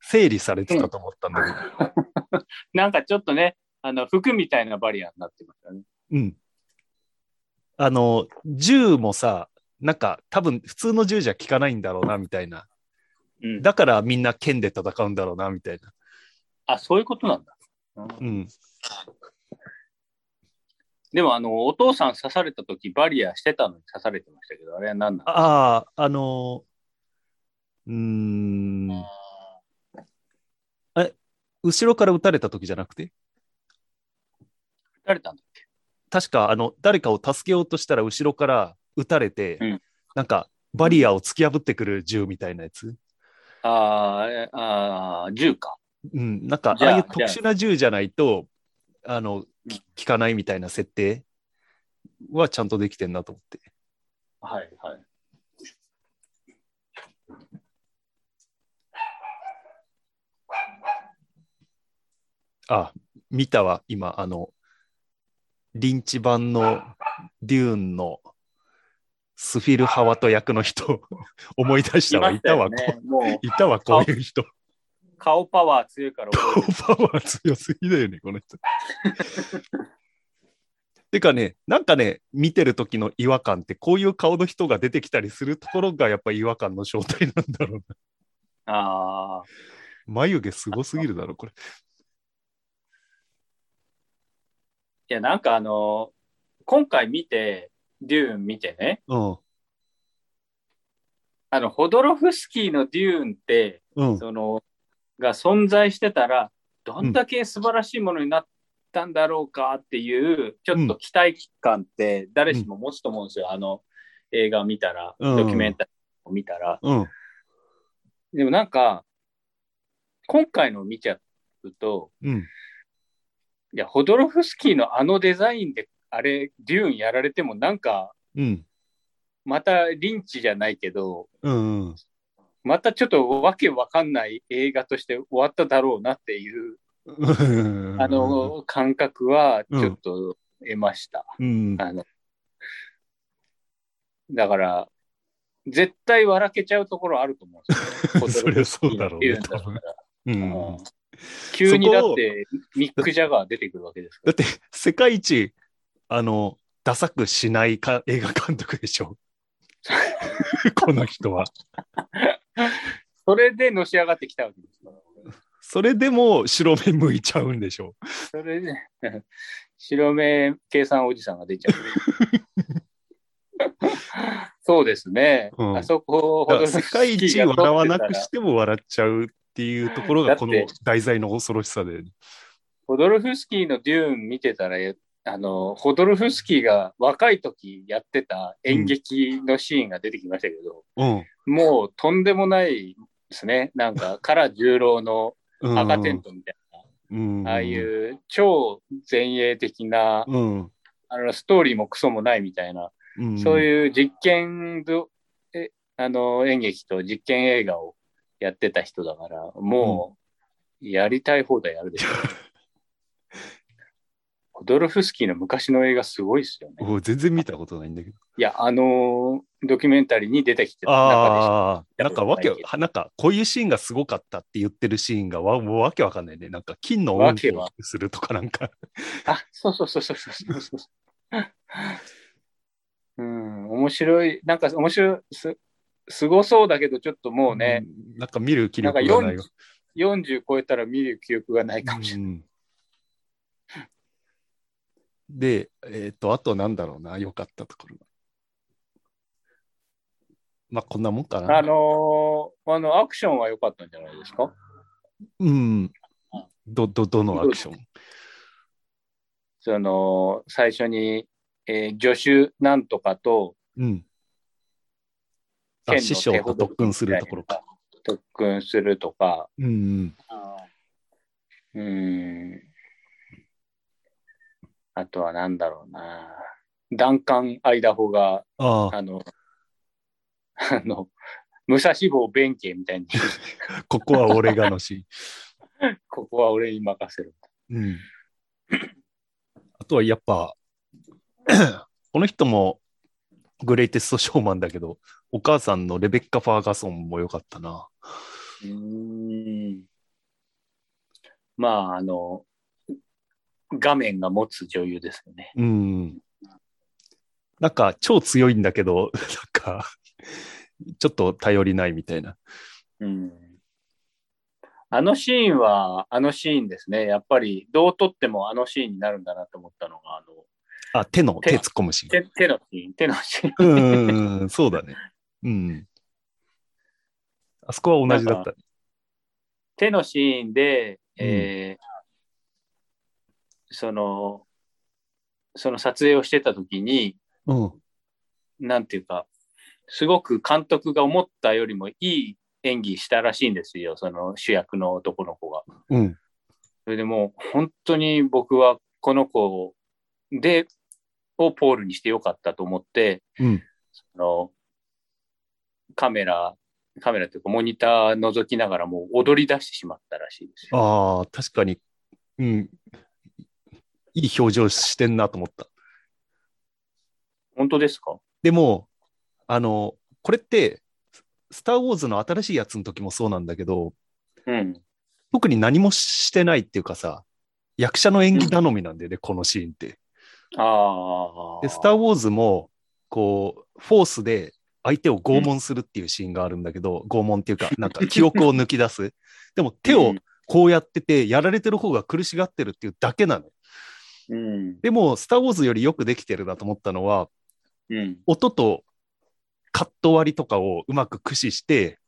[SPEAKER 1] 整理されてたと思ったんだけど、
[SPEAKER 2] なんかちょっとね、あの、服みたいなバリアになってましたね。
[SPEAKER 1] うん。あの、銃もさ、なんか多分普通の銃じゃ効かないんだろうな、みたいな。
[SPEAKER 2] うん。
[SPEAKER 1] だからみんな剣で戦うんだろうな、みたいな。
[SPEAKER 2] あ、そういうことなんだ。うん
[SPEAKER 1] うん。
[SPEAKER 2] でも、あの、お父さん刺された時バリアしてたのに刺されてましたけど、あれは何なの
[SPEAKER 1] ああ、あのー、うーん。え、後ろから撃たれた時じゃなくて
[SPEAKER 2] 撃たれたんだ。
[SPEAKER 1] 確か、あの、誰かを助けようとしたら後ろから撃たれて、
[SPEAKER 2] うん
[SPEAKER 1] なんか、バリアを突き破ってくる銃みたいなやつ。
[SPEAKER 2] あーあれ、あー、銃か。
[SPEAKER 1] うん、なんか、
[SPEAKER 2] じ
[SPEAKER 1] あ
[SPEAKER 2] ゃあ
[SPEAKER 1] あいう特殊な銃じゃないと、あの、き効かないみたいな設定はちゃんとできてんなと思って。
[SPEAKER 2] はい、はい。
[SPEAKER 1] あ、見たわ、今、あの、リンチ版のデューンのスフィル・ハワト役の 人、思い出したわ、いたわ、
[SPEAKER 2] いま
[SPEAKER 1] こ
[SPEAKER 2] したよねも
[SPEAKER 1] う、いたわ、こういう人。
[SPEAKER 2] う、顔パワー強い から覚えてる。
[SPEAKER 1] パワー強すぎだよね、この人。 てかね、なんかね、見てる時の違和感って、こういう顔の人が出てきたりするところが、やっぱ違和感の正体なんだろうな。
[SPEAKER 2] ああ、
[SPEAKER 1] 眉毛すごすぎるだろ、これ。
[SPEAKER 2] いや、なんかあの、今回見て、デューン見てね、
[SPEAKER 1] うん。
[SPEAKER 2] あの、ホドロフスキーのデューンって、
[SPEAKER 1] うん。
[SPEAKER 2] その、が存在してたら、どんだけ素晴らしいものになったんだろうかっていう、ちょっと期待感って誰しも持つと思うんですよ。あの、映画を見たら、
[SPEAKER 1] うん
[SPEAKER 2] ドキュメンタリーを見たら。
[SPEAKER 1] うん。
[SPEAKER 2] でもなんか、今回のを見ちゃうと、
[SPEAKER 1] うん。
[SPEAKER 2] いや、ホドロフスキーのあのデザインで、あれ、デューンやられても、なんか、
[SPEAKER 1] うん。
[SPEAKER 2] またリンチじゃないけど、
[SPEAKER 1] うん。
[SPEAKER 2] またちょっとわけわかんない映画として終わっただろうなっていう、
[SPEAKER 1] うん
[SPEAKER 2] あ、の感覚はちょっと得ました。
[SPEAKER 1] うん。
[SPEAKER 2] あのだから、絶対笑けちゃうところあると思うんですよ ね。
[SPEAKER 1] そりゃそうだろう
[SPEAKER 2] デ
[SPEAKER 1] ね
[SPEAKER 2] ューンだったら
[SPEAKER 1] うん。
[SPEAKER 2] 急にだ
[SPEAKER 1] そこ
[SPEAKER 2] っ
[SPEAKER 1] を
[SPEAKER 2] てミック・ジャガー出てくるわけですか
[SPEAKER 1] だって、世界一、あの、ダサくしないか映画監督でし ょ。この人は。
[SPEAKER 2] ら。それでのし上がってきたわけですから。
[SPEAKER 1] それでも白目向いちゃうんでしょ。
[SPEAKER 2] それで、 白目計算おじさんが出ちゃう。 そうですね。
[SPEAKER 1] うん
[SPEAKER 2] あそこ
[SPEAKER 1] だから世界一笑わなくし。ても笑っちゃうっていうところがこの
[SPEAKER 2] だって
[SPEAKER 1] 題材の恐ろしさで。
[SPEAKER 2] ホドルフスキーのデューン見てたら、あの、ホドルフスキーが若い時やってた演劇のシーンが出てきましたけど、
[SPEAKER 1] うん。
[SPEAKER 2] もうとんでもないですね。なんか、唐十郎の
[SPEAKER 1] うん
[SPEAKER 2] 赤テントみたい
[SPEAKER 1] うん
[SPEAKER 2] な、ああい。う超前衛的な、
[SPEAKER 1] うん。
[SPEAKER 2] あの、ストーリーもクソもないみたいな、
[SPEAKER 1] うん、
[SPEAKER 2] そう
[SPEAKER 1] う。
[SPEAKER 2] いう実験どえあの演劇と実験映画をやってた人だから、もうやりたい放題やるでしょ。ホドルフスキーの昔の映画すごいですよね。
[SPEAKER 1] お全然見たことないんだけど。
[SPEAKER 2] いや、あのドキュメンタリーに出てきてた中
[SPEAKER 1] ああ、なんかわけ、なんかこういうシーンがすごかったって言ってるシーンがわもうわけわかんないね。なんか金の
[SPEAKER 2] わ
[SPEAKER 1] 音
[SPEAKER 2] け
[SPEAKER 1] 符
[SPEAKER 2] わ
[SPEAKER 1] をするとかなんか。
[SPEAKER 2] でした。あ、そうそうそうそうそうそうそう。うん、面白い、なんか面白い、す、すごそうだけど、ちょっともうね、
[SPEAKER 1] うん。なんか見る気
[SPEAKER 2] なんか
[SPEAKER 1] 力がない
[SPEAKER 2] 40
[SPEAKER 1] わ。
[SPEAKER 2] 40超えたら見る記憶がないかもしれない。
[SPEAKER 1] うんで、えっ、と、あとなんだろうな、良かったところ。まあ、こんなもんかな。
[SPEAKER 2] あのーあのアクションは良かったんじゃないですか
[SPEAKER 1] うん。ど、ど、どのアクション
[SPEAKER 2] その最初に、えー助手なんとかと
[SPEAKER 1] うん。あ、
[SPEAKER 2] 剣の
[SPEAKER 1] 師匠と特訓するところか。
[SPEAKER 2] 特訓するとか、
[SPEAKER 1] うんうん。
[SPEAKER 2] うーん、あとは何だろうな、ダンカン・アイダホが、
[SPEAKER 1] ああ、
[SPEAKER 2] あの、あの、武蔵坊弁慶みたいに、
[SPEAKER 1] ここは俺がのし。
[SPEAKER 2] ここは俺に任せろ。
[SPEAKER 1] うん。あとはやっぱ、 この人もグレイテストショーマンだけど、お母さんのレベッカ・ファーガソンも良かったな。
[SPEAKER 2] うーんまあ、あの、画面が持つ女優ですよね。
[SPEAKER 1] うん。なんか超強いんだけど、なんか、ちょっと頼りないみたいな。
[SPEAKER 2] うん。あのシーンは、あのシーンですね。やっぱり、どう撮ってもあのシーンになるんだなと思ったのが、あの、
[SPEAKER 1] あ、手の、
[SPEAKER 2] 手
[SPEAKER 1] 手突っ込むし。
[SPEAKER 2] 手手のシーン、手のシーン。
[SPEAKER 1] うんうんうん、そうだね。うん。あそこは同じだった。
[SPEAKER 2] 手のシーンで、えーその、その撮影をしてた時に、
[SPEAKER 1] うん。
[SPEAKER 2] なんていうか、すごく監督が思ったよりもいい演技したらしいんですよ、その主役の男の子が。
[SPEAKER 1] うん。
[SPEAKER 2] それでもう本当に僕はこの子をで、をポールにしてよかったと思って、
[SPEAKER 1] うん。
[SPEAKER 2] あのカメラ、カメラというかモニター覗きながらもう踊り出してしまったらしいですよ。
[SPEAKER 1] ああ、確かに、うん。いい表情してんなと思った。
[SPEAKER 2] 本当ですか
[SPEAKER 1] でも、あの、これって、スター・ウォーズの新しいやつの時もそうなんだけど、
[SPEAKER 2] うん。
[SPEAKER 1] 特に何もしてないっていうかさ、役者の演技頼みなんだよね、このシーンって。
[SPEAKER 2] ああ。
[SPEAKER 1] で、スター・ウォーズも、こう、フォースで相手を拷問するっていうシーンがあるんだけど、拷問っていう か、なんか記憶を抜き出す。でも、手
[SPEAKER 2] う
[SPEAKER 1] を
[SPEAKER 2] ん
[SPEAKER 1] こうやってて、やられてる方が苦しがってるっていうだけなの。
[SPEAKER 2] うん。
[SPEAKER 1] でも、スター・ウォーズよりよくできてるなと思ったのは、
[SPEAKER 2] うん。
[SPEAKER 1] 音とカット割りとかをうまく駆使して、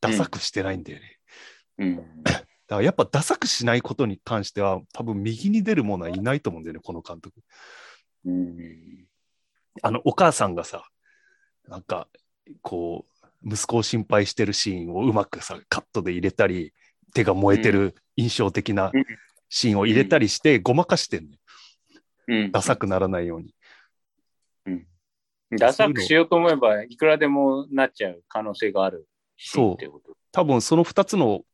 [SPEAKER 1] ダサくしてないんだよね。
[SPEAKER 2] うん。
[SPEAKER 1] だからやっぱダサくしないことに関しては、多分右に出る者はいないと思うんだよね、この監督。
[SPEAKER 2] うん。
[SPEAKER 1] あの、お母さんがさ、なんか、こう、息子を心配してるシーンをうまくさ、カットで入れたり、手が燃えてる印象的な
[SPEAKER 2] うん
[SPEAKER 1] シーンを入れたりして、ごまかしてんのよ。
[SPEAKER 2] うん
[SPEAKER 1] ダサくならないように。
[SPEAKER 2] ダサくしようと思えば、いくらでもなっちゃう可能性があるシーンってこと。
[SPEAKER 1] 多分その2つの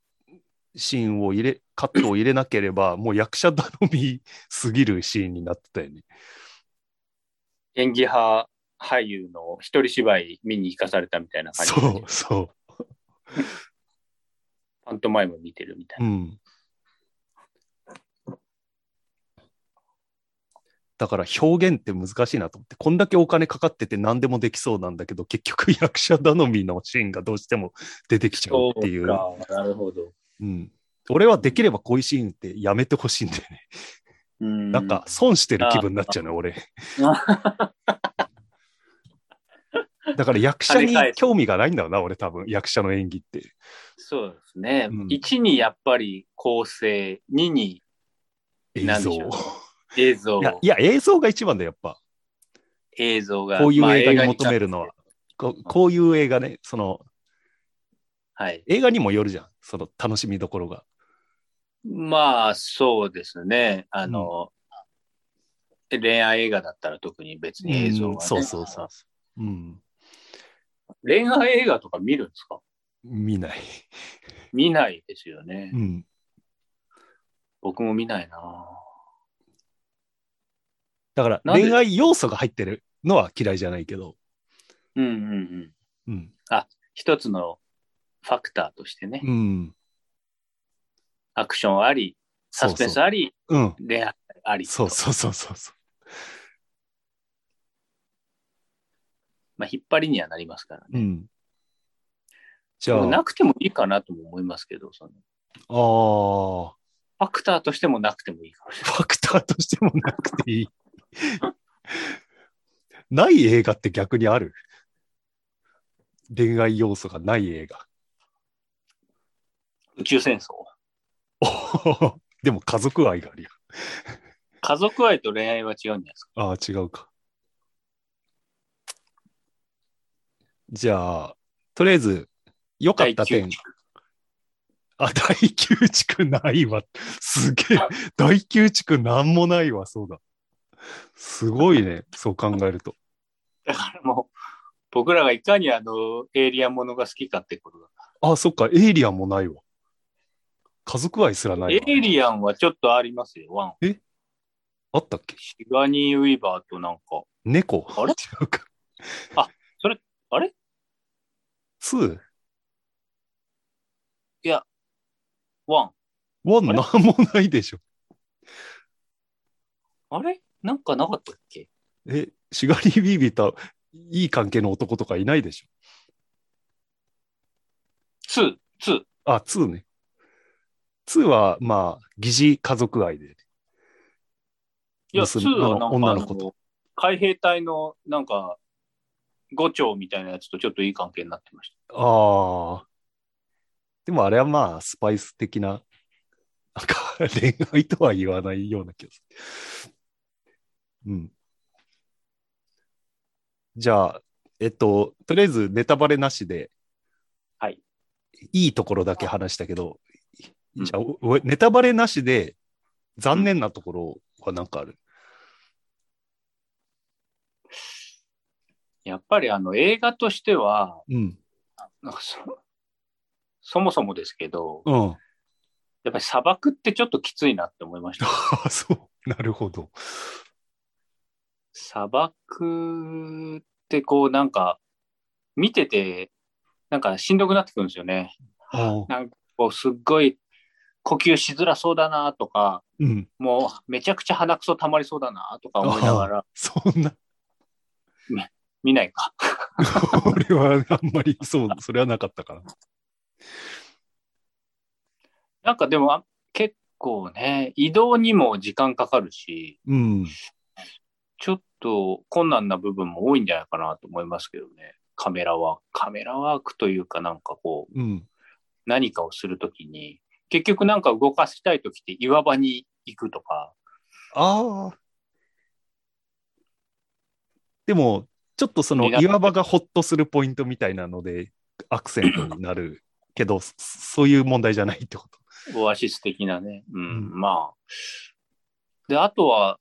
[SPEAKER 1] シーンを入れ、カットを入れなければ、もう役者頼みすぎるシーンになってたよね。
[SPEAKER 2] 演技派俳優の一人芝居見に行かされたみたいな感じで
[SPEAKER 1] そう、そ。
[SPEAKER 2] パントマイム見てるみたいう
[SPEAKER 1] う
[SPEAKER 2] な。
[SPEAKER 1] ん。だから表現って難しいなと思って、こんだけお金かかってて何でもできそうなんだけど、結局役者頼みのシーンがどうしても出てきちゃうっていう。
[SPEAKER 2] そうかなるほど。
[SPEAKER 1] うん、俺はできればこういうシーンってやめてほしいんだよね。
[SPEAKER 2] な
[SPEAKER 1] なんか、損してる気分になっちゃうね、俺。 だから役者に興味がないんだろうな、俺多分。役者の演技って。
[SPEAKER 2] そうですね。
[SPEAKER 1] うん
[SPEAKER 2] 1にやっぱり構成、2に
[SPEAKER 1] 映
[SPEAKER 2] なんで
[SPEAKER 1] 像。
[SPEAKER 2] しょう
[SPEAKER 1] い
[SPEAKER 2] 映像、
[SPEAKER 1] や、いや映像が一番だよ、やっぱ。
[SPEAKER 2] 映像が。
[SPEAKER 1] こういう
[SPEAKER 2] まあ
[SPEAKER 1] 映画に求めるのは。。ここういう映画ね、その
[SPEAKER 2] はい。
[SPEAKER 1] 映画にもよるじゃん、その楽しみどころが。
[SPEAKER 2] まあ、そうですね。あの、恋愛映画だったら特に別に映像が、
[SPEAKER 1] うんそうそうそう。うん、
[SPEAKER 2] 恋愛映画とか見るんですか
[SPEAKER 1] 見ない。
[SPEAKER 2] 見ないですよね。
[SPEAKER 1] うん、
[SPEAKER 2] 僕も見ないな。
[SPEAKER 1] だから
[SPEAKER 2] なんで
[SPEAKER 1] 恋愛要素が入ってるのは嫌いじゃないけど、
[SPEAKER 2] うんうんうん。
[SPEAKER 1] うん、
[SPEAKER 2] 一つのファクターとしてね、
[SPEAKER 1] うん、
[SPEAKER 2] アクションあり、サスペンスあり、
[SPEAKER 1] そうそう、うん、
[SPEAKER 2] 恋愛ありと。
[SPEAKER 1] そうそうそうそうそう。
[SPEAKER 2] まあ、引っ張りにはなりますから
[SPEAKER 1] う
[SPEAKER 2] ね。
[SPEAKER 1] ん、じ
[SPEAKER 2] で
[SPEAKER 1] ゃあ、
[SPEAKER 2] も
[SPEAKER 1] あ
[SPEAKER 2] なくてもいいかなとも思いますけど、その
[SPEAKER 1] あー、
[SPEAKER 2] ファクターとしてもなくてもいいかもしれ
[SPEAKER 1] ファクターとしてもなくてい い。ない映画って逆にある恋愛要素がない映画。
[SPEAKER 2] ない。宇宙戦争。
[SPEAKER 1] お でも家族愛があるよ。
[SPEAKER 2] 家族愛と恋愛は違うんじゃないですか。
[SPEAKER 1] ああ、違うか。じゃあ、とりあえず、良かった点
[SPEAKER 2] 第九。
[SPEAKER 1] あ、第9地区ないわ。すげえ。第9地区なんもないわ。そうだ。すごいね。そう考えると。
[SPEAKER 2] だからもう、僕らがいかにあの、エイリアンものが好きかってことだ。
[SPEAKER 1] あ、そっか、エイリアンもないわ。家族愛すらない
[SPEAKER 2] エ
[SPEAKER 1] わ。
[SPEAKER 2] イリアンはちょっとありますよ、ワン。
[SPEAKER 1] あったっけ
[SPEAKER 2] シガニー・ウィーバーとなんか。
[SPEAKER 1] 猫
[SPEAKER 2] あれ
[SPEAKER 1] 違うか。
[SPEAKER 2] それ、あれ
[SPEAKER 1] ?2?
[SPEAKER 2] ワン。
[SPEAKER 1] 1
[SPEAKER 2] あれ
[SPEAKER 1] なんもないでしょ。
[SPEAKER 2] あれなんかなかったっけ
[SPEAKER 1] え、シガリー・ビービーといい関係の男とかいないでしょ。
[SPEAKER 2] ツー、ツー。
[SPEAKER 1] あ、2ね。2は、まあ、疑似家族愛で。
[SPEAKER 2] いや、ツ
[SPEAKER 1] 娘
[SPEAKER 2] ーはな
[SPEAKER 1] あ
[SPEAKER 2] んか
[SPEAKER 1] の女の子と
[SPEAKER 2] あの海兵隊のなんか、五丁みたいなやつとちょっといい関係になってまし
[SPEAKER 1] ああ。でもあれはまあ、スパイス的な、なんか恋愛とは言わないような気がする。うん。じゃあ、えっと、とりあえずネタバレなしで、
[SPEAKER 2] はい。
[SPEAKER 1] いいところだけ話したけど、
[SPEAKER 2] うん
[SPEAKER 1] じゃあ、おネタバレなしで、残念なところはなんかある。
[SPEAKER 2] た。やっぱりあの映画としては、
[SPEAKER 1] うん。
[SPEAKER 2] なんかそ そもそもですけど、
[SPEAKER 1] うん。
[SPEAKER 2] やっぱり砂漠ってちょっときついなって思いました。
[SPEAKER 1] あそう。なるほど。
[SPEAKER 2] 砂漠ってこうなんか、見てて、なんかしんどくなってくるんですよね。
[SPEAKER 1] ああ
[SPEAKER 2] なんかこうすっごい呼吸しづらそうだなとか、
[SPEAKER 1] うん。
[SPEAKER 2] もうめちゃくちゃ鼻くそ溜まりそうだなとか思い ながら、
[SPEAKER 1] そんな。
[SPEAKER 2] 見ないか。
[SPEAKER 1] 俺はあんまりそう、それはなかったかな。
[SPEAKER 2] なんかでもあ結構ね、移動にも時間かかるし、
[SPEAKER 1] うん。
[SPEAKER 2] ちょっと困難な部分も多いんじゃないかなと思いますけどね。カメラワーク、カメラワークというかなんかこう、
[SPEAKER 1] うん。
[SPEAKER 2] 何かをするときに、結局なんか動かしたいときって岩場に行くとか、
[SPEAKER 1] ああ。でも、ちょっとその
[SPEAKER 2] 苦手
[SPEAKER 1] 岩場がほっとするポイントみたいなので、アクセントになるけど、そそういう問題じゃないってこと。
[SPEAKER 2] オアシス的なね。うん、
[SPEAKER 1] う
[SPEAKER 2] まあ。で、あとは、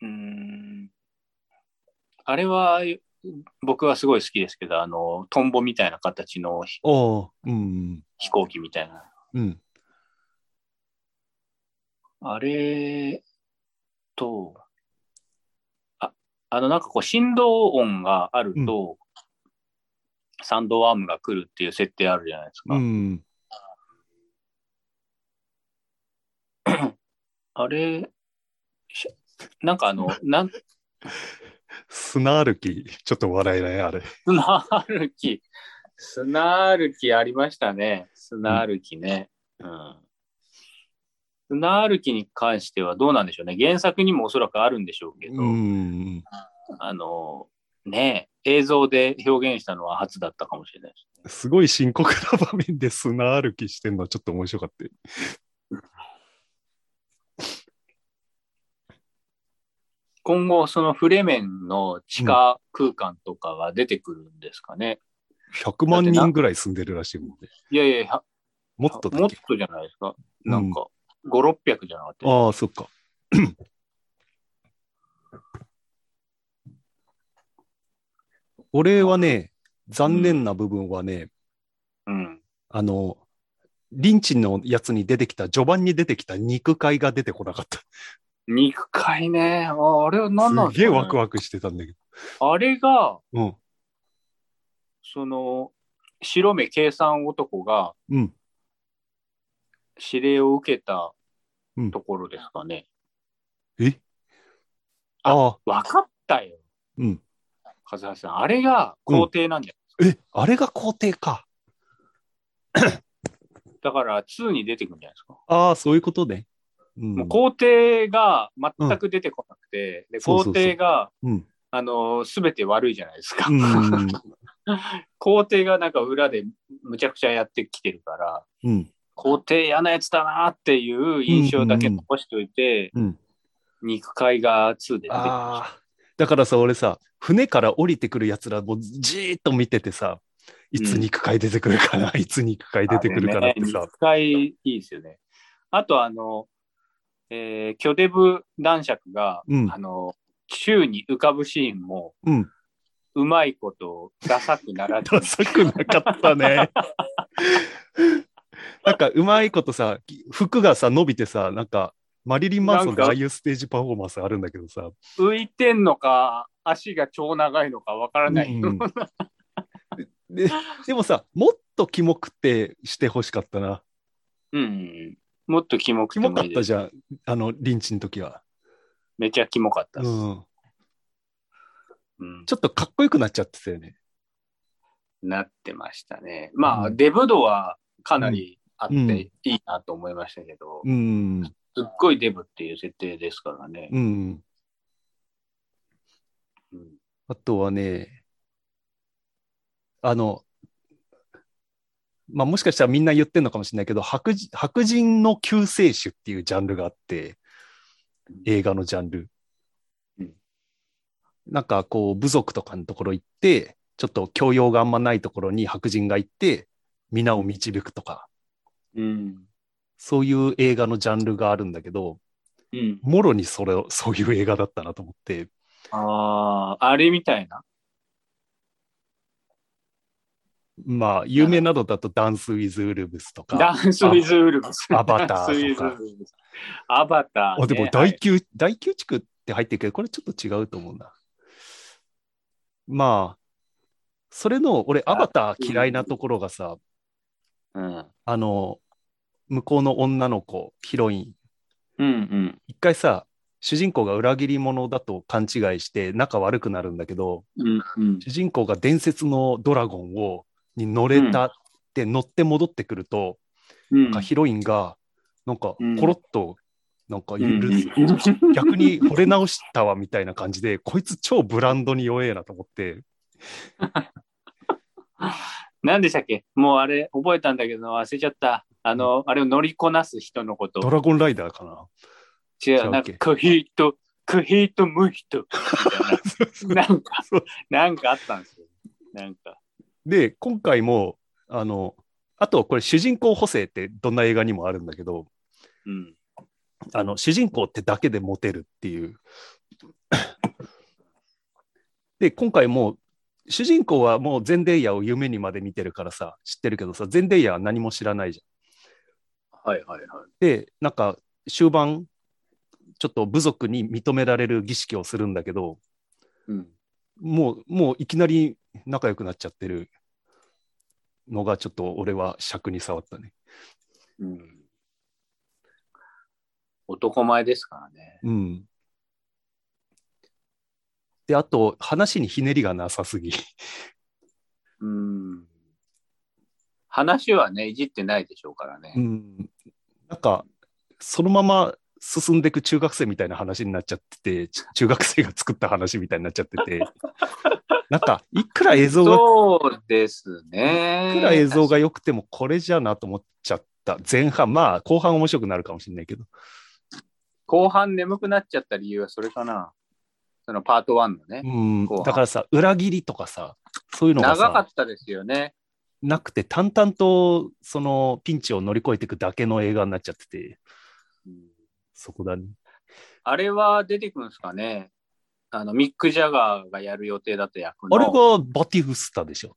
[SPEAKER 2] うーん、あれは、僕はすごい好きですけど、あの、トンボみたいな形の飛
[SPEAKER 1] おお、うん。
[SPEAKER 2] 飛行機みたいな。
[SPEAKER 1] うん。
[SPEAKER 2] あれと、あ、あの、なんかこう、振動音があると、サンドワームが来るっていう設定あるじゃないですか。
[SPEAKER 1] うん。
[SPEAKER 2] あれ、しなんかあの、なん、
[SPEAKER 1] 砂歩き、ちょっと笑えない、あれ。
[SPEAKER 2] 砂歩き、砂歩きありましたね。砂歩きね。うん。砂歩きに関してはどうなんでしょうね。原作にもおそらくあるんでしょうけど、
[SPEAKER 1] うん。
[SPEAKER 2] あの、ねえ、映像で表現したのは初だったかもしれないです。
[SPEAKER 1] すごい深刻な場面で砂歩きしてんのはちょっと面白かったよ。
[SPEAKER 2] 今後、そのフレメンの地下空間とかが出てくるんですかね。
[SPEAKER 1] 100万人ぐらい住んでるらしいもんね。
[SPEAKER 2] いやいや、ひゃ
[SPEAKER 1] もっとだ
[SPEAKER 2] も
[SPEAKER 1] っ
[SPEAKER 2] っ
[SPEAKER 1] け
[SPEAKER 2] とじゃないですか。なんか、5、600じゃなかったですか
[SPEAKER 1] ああ、そっ か。俺はね、残念な部分はね、
[SPEAKER 2] うん。
[SPEAKER 1] あの、リンチのやつに出てきた、序盤に出てきた肉塊が出てこなかった。
[SPEAKER 2] 肉塊ね。ああれは何なん
[SPEAKER 1] すげえワク
[SPEAKER 2] ワ
[SPEAKER 1] ワクしてたんだけ
[SPEAKER 2] ク。あれが、
[SPEAKER 1] ど。
[SPEAKER 2] その、白目計算男が
[SPEAKER 1] うん。うん。
[SPEAKER 2] 指令を受けた
[SPEAKER 1] うん
[SPEAKER 2] ところですかね。
[SPEAKER 1] えああ、
[SPEAKER 2] わ、かったよ、
[SPEAKER 1] うん。
[SPEAKER 2] 和橋さん。あれが皇帝なんじゃない
[SPEAKER 1] え、あれが皇帝か。
[SPEAKER 2] ですか。だから、2に出てくるんじゃないですか。
[SPEAKER 1] ああ、そういうことね。うん。
[SPEAKER 2] もう皇帝が全く出てこなくて、で
[SPEAKER 1] そうそうそ
[SPEAKER 2] 皇
[SPEAKER 1] う
[SPEAKER 2] 帝が、
[SPEAKER 1] うん。
[SPEAKER 2] あのすべて悪いじゃないですか。
[SPEAKER 1] うん。
[SPEAKER 2] 皇帝がなんか裏でむちゃくちゃやってきてるから、
[SPEAKER 1] うん。
[SPEAKER 2] 皇帝嫌なやつだなっていう印象だけ残しておいて、
[SPEAKER 1] うん。
[SPEAKER 2] 肉塊が2で出てきまし
[SPEAKER 1] ああ。だからさ、俺さ、船から降りてくるやつら、もうじーっと見ててさ、いつ肉塊出てくるかな、いつ肉塊
[SPEAKER 2] た。
[SPEAKER 1] 出てくるかなっ
[SPEAKER 2] あ
[SPEAKER 1] て
[SPEAKER 2] れね
[SPEAKER 1] さ、
[SPEAKER 2] 肉塊いいですよね。あとあの、えー、巨デブ男爵が、
[SPEAKER 1] うん
[SPEAKER 2] あの宙に浮かぶシーンも、
[SPEAKER 1] うん。
[SPEAKER 2] うまいことダサくならず
[SPEAKER 1] ダサくなかったね。なんかうまいことさ、服がさ、伸びてさ、なんかマリリン・マンソンでああいうステージパフォーマンスあるんだけどさ、
[SPEAKER 2] 浮いてんのか足が超長いのかわからない、
[SPEAKER 1] うんうんででもさ、もっとキモくてしてほしかったな。
[SPEAKER 2] うんうんもっとキモく
[SPEAKER 1] キ
[SPEAKER 2] ても
[SPEAKER 1] モか
[SPEAKER 2] い
[SPEAKER 1] っ
[SPEAKER 2] い
[SPEAKER 1] た
[SPEAKER 2] です
[SPEAKER 1] じゃん、あの、リンチの時は。
[SPEAKER 2] めちゃキモかった
[SPEAKER 1] う
[SPEAKER 2] です、
[SPEAKER 1] ん。
[SPEAKER 2] うん
[SPEAKER 1] ちょっとかっこよくなっちゃってたよね。
[SPEAKER 2] なってましたねまあ、
[SPEAKER 1] うん
[SPEAKER 2] デブ度はかなりあっ
[SPEAKER 1] うん
[SPEAKER 2] ていいなと思いましたけど、
[SPEAKER 1] うん。
[SPEAKER 2] すっごいデブっていう設定ですからね、
[SPEAKER 1] うん。
[SPEAKER 2] うん
[SPEAKER 1] あとはね、あの、まあ、もしかしたらみんな言ってんのかもしれないけど、白人白人の救世主っていうジャンルがあって、映画のジャンル
[SPEAKER 2] うん。
[SPEAKER 1] なんかこう、部族とかのところ行って、ちょっと教養があんまないところに白人が行って、皆を導くとか、
[SPEAKER 2] うん
[SPEAKER 1] そういう映画のジャンルがあるんだけど、
[SPEAKER 2] うん、
[SPEAKER 1] もろにそれを、そういう映画だったなと思って、
[SPEAKER 2] あああれみたいな
[SPEAKER 1] まあ、有名などだとダンス・ウィズ・ウルブスとか。
[SPEAKER 2] ダンス・ウィズ・ウルブス。
[SPEAKER 1] アバターとか
[SPEAKER 2] ダンスウィズウルブスアバター、ね。
[SPEAKER 1] あ、でも
[SPEAKER 2] は
[SPEAKER 1] 第
[SPEAKER 2] い
[SPEAKER 1] 九、第九地区って入ってるけど、これちょっと違うと思うな。まあ、それの、俺、
[SPEAKER 2] あ
[SPEAKER 1] アバター嫌いなところがさ、
[SPEAKER 2] うん
[SPEAKER 1] あの、向こうの女の子、ヒロイン、
[SPEAKER 2] うん
[SPEAKER 1] 一回さ、主人公が裏切り者だと勘違いして仲悪くなるんだけど、
[SPEAKER 2] うんうんうん
[SPEAKER 1] 主人公が伝説のドラゴンを、に乗れたって乗って戻ってくると、
[SPEAKER 2] うん
[SPEAKER 1] なんかヒロインが、なんか
[SPEAKER 2] うん、
[SPEAKER 1] コロッと、なんか許す、
[SPEAKER 2] うんうん
[SPEAKER 1] 逆に惚れ直したわみたいな感じで、こいつ超ブランドに弱えなと思って、
[SPEAKER 2] 何でしたっけもうあれ覚えたんだけど忘れちゃった。あの、あれを乗りこなす人のこと
[SPEAKER 1] ド。ラゴンライダーかな。
[SPEAKER 2] 違
[SPEAKER 1] 違う
[SPEAKER 2] う、なん
[SPEAKER 1] っ
[SPEAKER 2] か
[SPEAKER 1] け、
[SPEAKER 2] クヒート、クヒートムヒ ト。みたいななんか
[SPEAKER 1] そう、
[SPEAKER 2] なんかあったんですよ。なんか。
[SPEAKER 1] で、今回も、あの、あとこれ主人公補正ってどんな映画にもあるんだけど、
[SPEAKER 2] うん。
[SPEAKER 1] あの、主人公ってだけでモテるっていう。で、今回もう、主人公はもうゼンデイヤを夢にまで見てるからさ、知ってるけどさ、ゼンデイヤは何も知らないじゃん。
[SPEAKER 2] はいはいはい。
[SPEAKER 1] で、なんか終盤、ちょっと部族に認められる儀式をするんだけど、
[SPEAKER 2] うん。
[SPEAKER 1] もう、もういきなり仲良くなっちゃってるのが、ちょっと俺は尺に触ったね。
[SPEAKER 2] うん、男前ですからね。
[SPEAKER 1] うん。で、あと、話にひねりがなさすぎ。
[SPEAKER 2] うん。話はね、いじってないでしょうからね。
[SPEAKER 1] うん。なんか、そのまま進んでいく中学生みたいな話になっちゃってて、ち中学生が作った話みたいになっちゃってて、なんか、いくら映像が
[SPEAKER 2] そうですね。
[SPEAKER 1] いくら映像が良くてもこれじゃなと思っちゃった。前半、まあ後半面白くなるかもしれないけど。
[SPEAKER 2] 後半眠くなっちゃった理由はそれかな。そのパート1のね。
[SPEAKER 1] うん
[SPEAKER 2] 後半。
[SPEAKER 1] だからさ、裏切りとかさ、そういうのが
[SPEAKER 2] 長か
[SPEAKER 1] さ
[SPEAKER 2] っ、たですよね。
[SPEAKER 1] なくて淡々とそのピンチを乗り越えていくだけの映画になっちゃってて、
[SPEAKER 2] うん
[SPEAKER 1] そこだね。
[SPEAKER 2] あれは出てくるんですかね。あの、ミック・ジャガーがやる予定だった役の。
[SPEAKER 1] あれがバティウスタでしょ。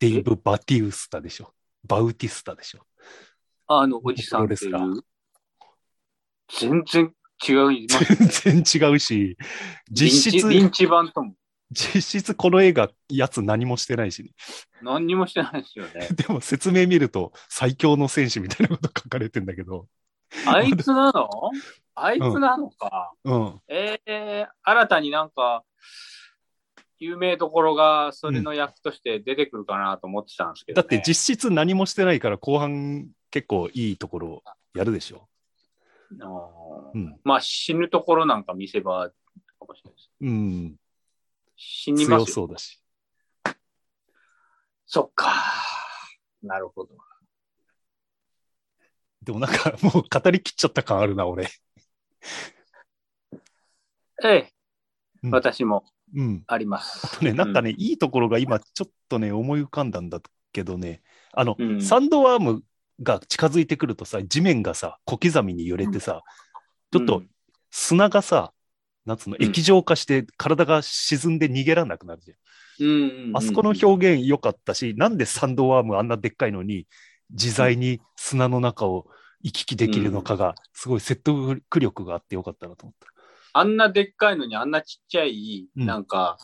[SPEAKER 1] デイブ・バティウスタでしょ。バウティスタでしょ。
[SPEAKER 2] あの、おじさんってい
[SPEAKER 1] プロ
[SPEAKER 2] う。全然違います。
[SPEAKER 1] 全然違うし、 実
[SPEAKER 2] リンチリン
[SPEAKER 1] 質、
[SPEAKER 2] チ版とも。
[SPEAKER 1] 実質この映画、やつ何もしてないしね、
[SPEAKER 2] 何にもしてないですよ ね。
[SPEAKER 1] でも説明見ると最強の戦士みたいなこと書かれてんだけど、
[SPEAKER 2] あいつなのあいつなのか。
[SPEAKER 1] うん、
[SPEAKER 2] えー、新たになんか、有名どころがそれの役として出てくるかなと思ってたんですけど、
[SPEAKER 1] だ
[SPEAKER 2] ね
[SPEAKER 1] って実質何もしてないから後半結構いいところやるでしょ。
[SPEAKER 2] あー
[SPEAKER 1] うん
[SPEAKER 2] まあ死ぬところなんか見せ場かもしれないです。
[SPEAKER 1] うん、
[SPEAKER 2] 死にま
[SPEAKER 1] 強
[SPEAKER 2] すよ。
[SPEAKER 1] そうだし。
[SPEAKER 2] そっか。なるほど。
[SPEAKER 1] でもなんかもう語りきっちゃった感あるな、俺。
[SPEAKER 2] ええ、
[SPEAKER 1] うん
[SPEAKER 2] 私も
[SPEAKER 1] うん。
[SPEAKER 2] ありま
[SPEAKER 1] あ
[SPEAKER 2] す。
[SPEAKER 1] とね、なんかね、いいところが今ちょっとね、思い浮かんだんだけどね、あの、
[SPEAKER 2] うん
[SPEAKER 1] サンドワームが近づいてくるとさ、地面がさ、小刻みに揺れてさ、
[SPEAKER 2] うん、
[SPEAKER 1] ちょっと砂がさ、なんつうの、液状化して体が沈んで逃げられなくなるじゃん。
[SPEAKER 2] うんうんうん
[SPEAKER 1] あそこの表現良かったし、なんでサンドワームあんなでっかいのに、自在に砂の中を行き来できるのかが、すごい説得力があって良かったなと思った。
[SPEAKER 2] あんなでっかいのにあんなちっちゃい、
[SPEAKER 1] うん
[SPEAKER 2] なんか、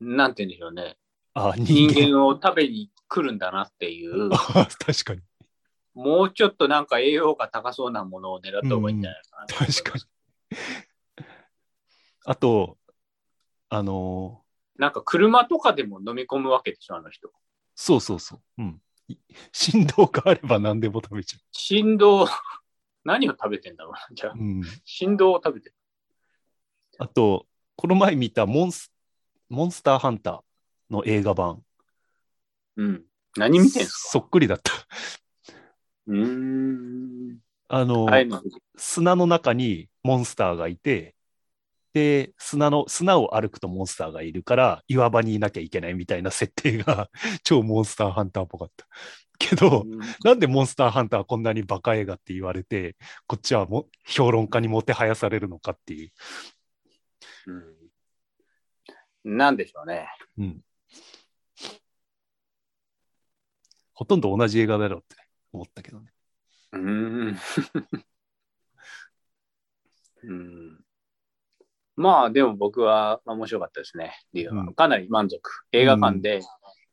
[SPEAKER 2] なんて言うんでしょうね。
[SPEAKER 1] あ、人
[SPEAKER 2] 人
[SPEAKER 1] 間。
[SPEAKER 2] 間を食べに来るんだなっ ていう、
[SPEAKER 1] あ確かに。
[SPEAKER 2] もうちょっとなんか栄養価高そうなものを狙った方がいいんじゃないかな。
[SPEAKER 1] 確かに。あと、あのー
[SPEAKER 2] なんか車とかでも飲み込むわけでしょ、あの人。
[SPEAKER 1] そうそうそう。うん。い振動があれば何でも食べちゃ
[SPEAKER 2] 振動、 何を食べてんだろうな。じゃあ
[SPEAKER 1] う。、うん。
[SPEAKER 2] 振動を食べてる。
[SPEAKER 1] あと、この前見たモンス、モンスターハンターの映画版。
[SPEAKER 2] うん。何見てんすか
[SPEAKER 1] そっくりだった。
[SPEAKER 2] うーん。
[SPEAKER 1] あのー
[SPEAKER 2] ああいうの。
[SPEAKER 1] 砂の中にモンスターがいて、で、砂の、砂を歩くとモンスターがいるから、岩場にいなきゃいけないみたいな設定が、 超モンスターハンターっぽかった。けど、なんでモンスターハンターはこんなにバカ映画って言われて、こっちはも評論家にもてはやされるのかっていう。
[SPEAKER 2] うん。なんでしょうね。
[SPEAKER 1] うん。ほとんど同じ映画だろうって思ったけどね。
[SPEAKER 2] うーん。 うんまあでも僕はまあ面白かったですね。理由は
[SPEAKER 1] うん
[SPEAKER 2] かなり満足。映画館で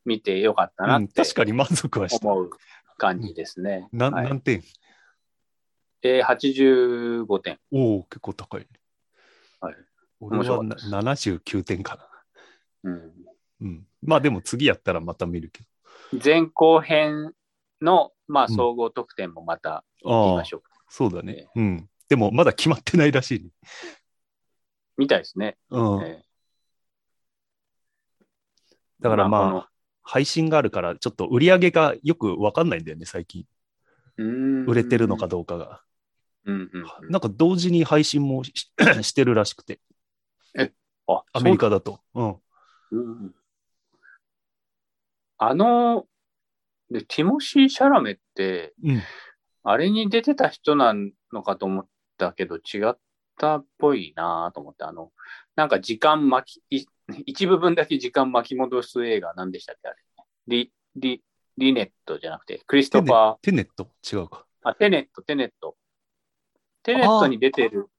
[SPEAKER 2] 見てよかったな
[SPEAKER 1] う
[SPEAKER 2] っ
[SPEAKER 1] ん
[SPEAKER 2] て
[SPEAKER 1] 確かに満足はした。
[SPEAKER 2] 思う感じですね。
[SPEAKER 1] な
[SPEAKER 2] はい
[SPEAKER 1] 何点
[SPEAKER 2] で85点。
[SPEAKER 1] おお、結構高いね。
[SPEAKER 2] はい
[SPEAKER 1] 俺
[SPEAKER 2] 面白
[SPEAKER 1] は
[SPEAKER 2] かった
[SPEAKER 1] な
[SPEAKER 2] です
[SPEAKER 1] 79点かな。
[SPEAKER 2] うん
[SPEAKER 1] うん。まあでも次やったらまた見るけ
[SPEAKER 2] 前後編のまあ
[SPEAKER 1] うん
[SPEAKER 2] 総合得点もまた言い
[SPEAKER 1] ど。あ
[SPEAKER 2] ま
[SPEAKER 1] あ
[SPEAKER 2] し、ょうか。
[SPEAKER 1] そうだ
[SPEAKER 2] え
[SPEAKER 1] ね。うん。でもまだ決まってないらしいね。
[SPEAKER 2] みたいですね。
[SPEAKER 1] うん。
[SPEAKER 2] ええ
[SPEAKER 1] だから
[SPEAKER 2] こ
[SPEAKER 1] ま
[SPEAKER 2] の
[SPEAKER 1] あ、配信があるから、ちょっと売り上げがよくわかんないんだよね、最近。
[SPEAKER 2] うーん
[SPEAKER 1] 売れてるのかどうかが。
[SPEAKER 2] うんうんうん
[SPEAKER 1] なんか同時に配信もし してるらしくて、
[SPEAKER 2] あ
[SPEAKER 1] アメリカだと。うん。
[SPEAKER 2] うんあの、でティモシー・シャラメって、
[SPEAKER 1] うん。
[SPEAKER 2] あれに出てた人なのかと思ったけど、違ったっぽいなと思って、あの、なんか時間巻き、い一部分だけ時間巻き戻す映画、何でしたっけ、あれ。リ、リ、リネットじゃなくて、クリストファー、
[SPEAKER 1] テネット違うか。
[SPEAKER 2] あ、テネット、テネット。テネットに出てる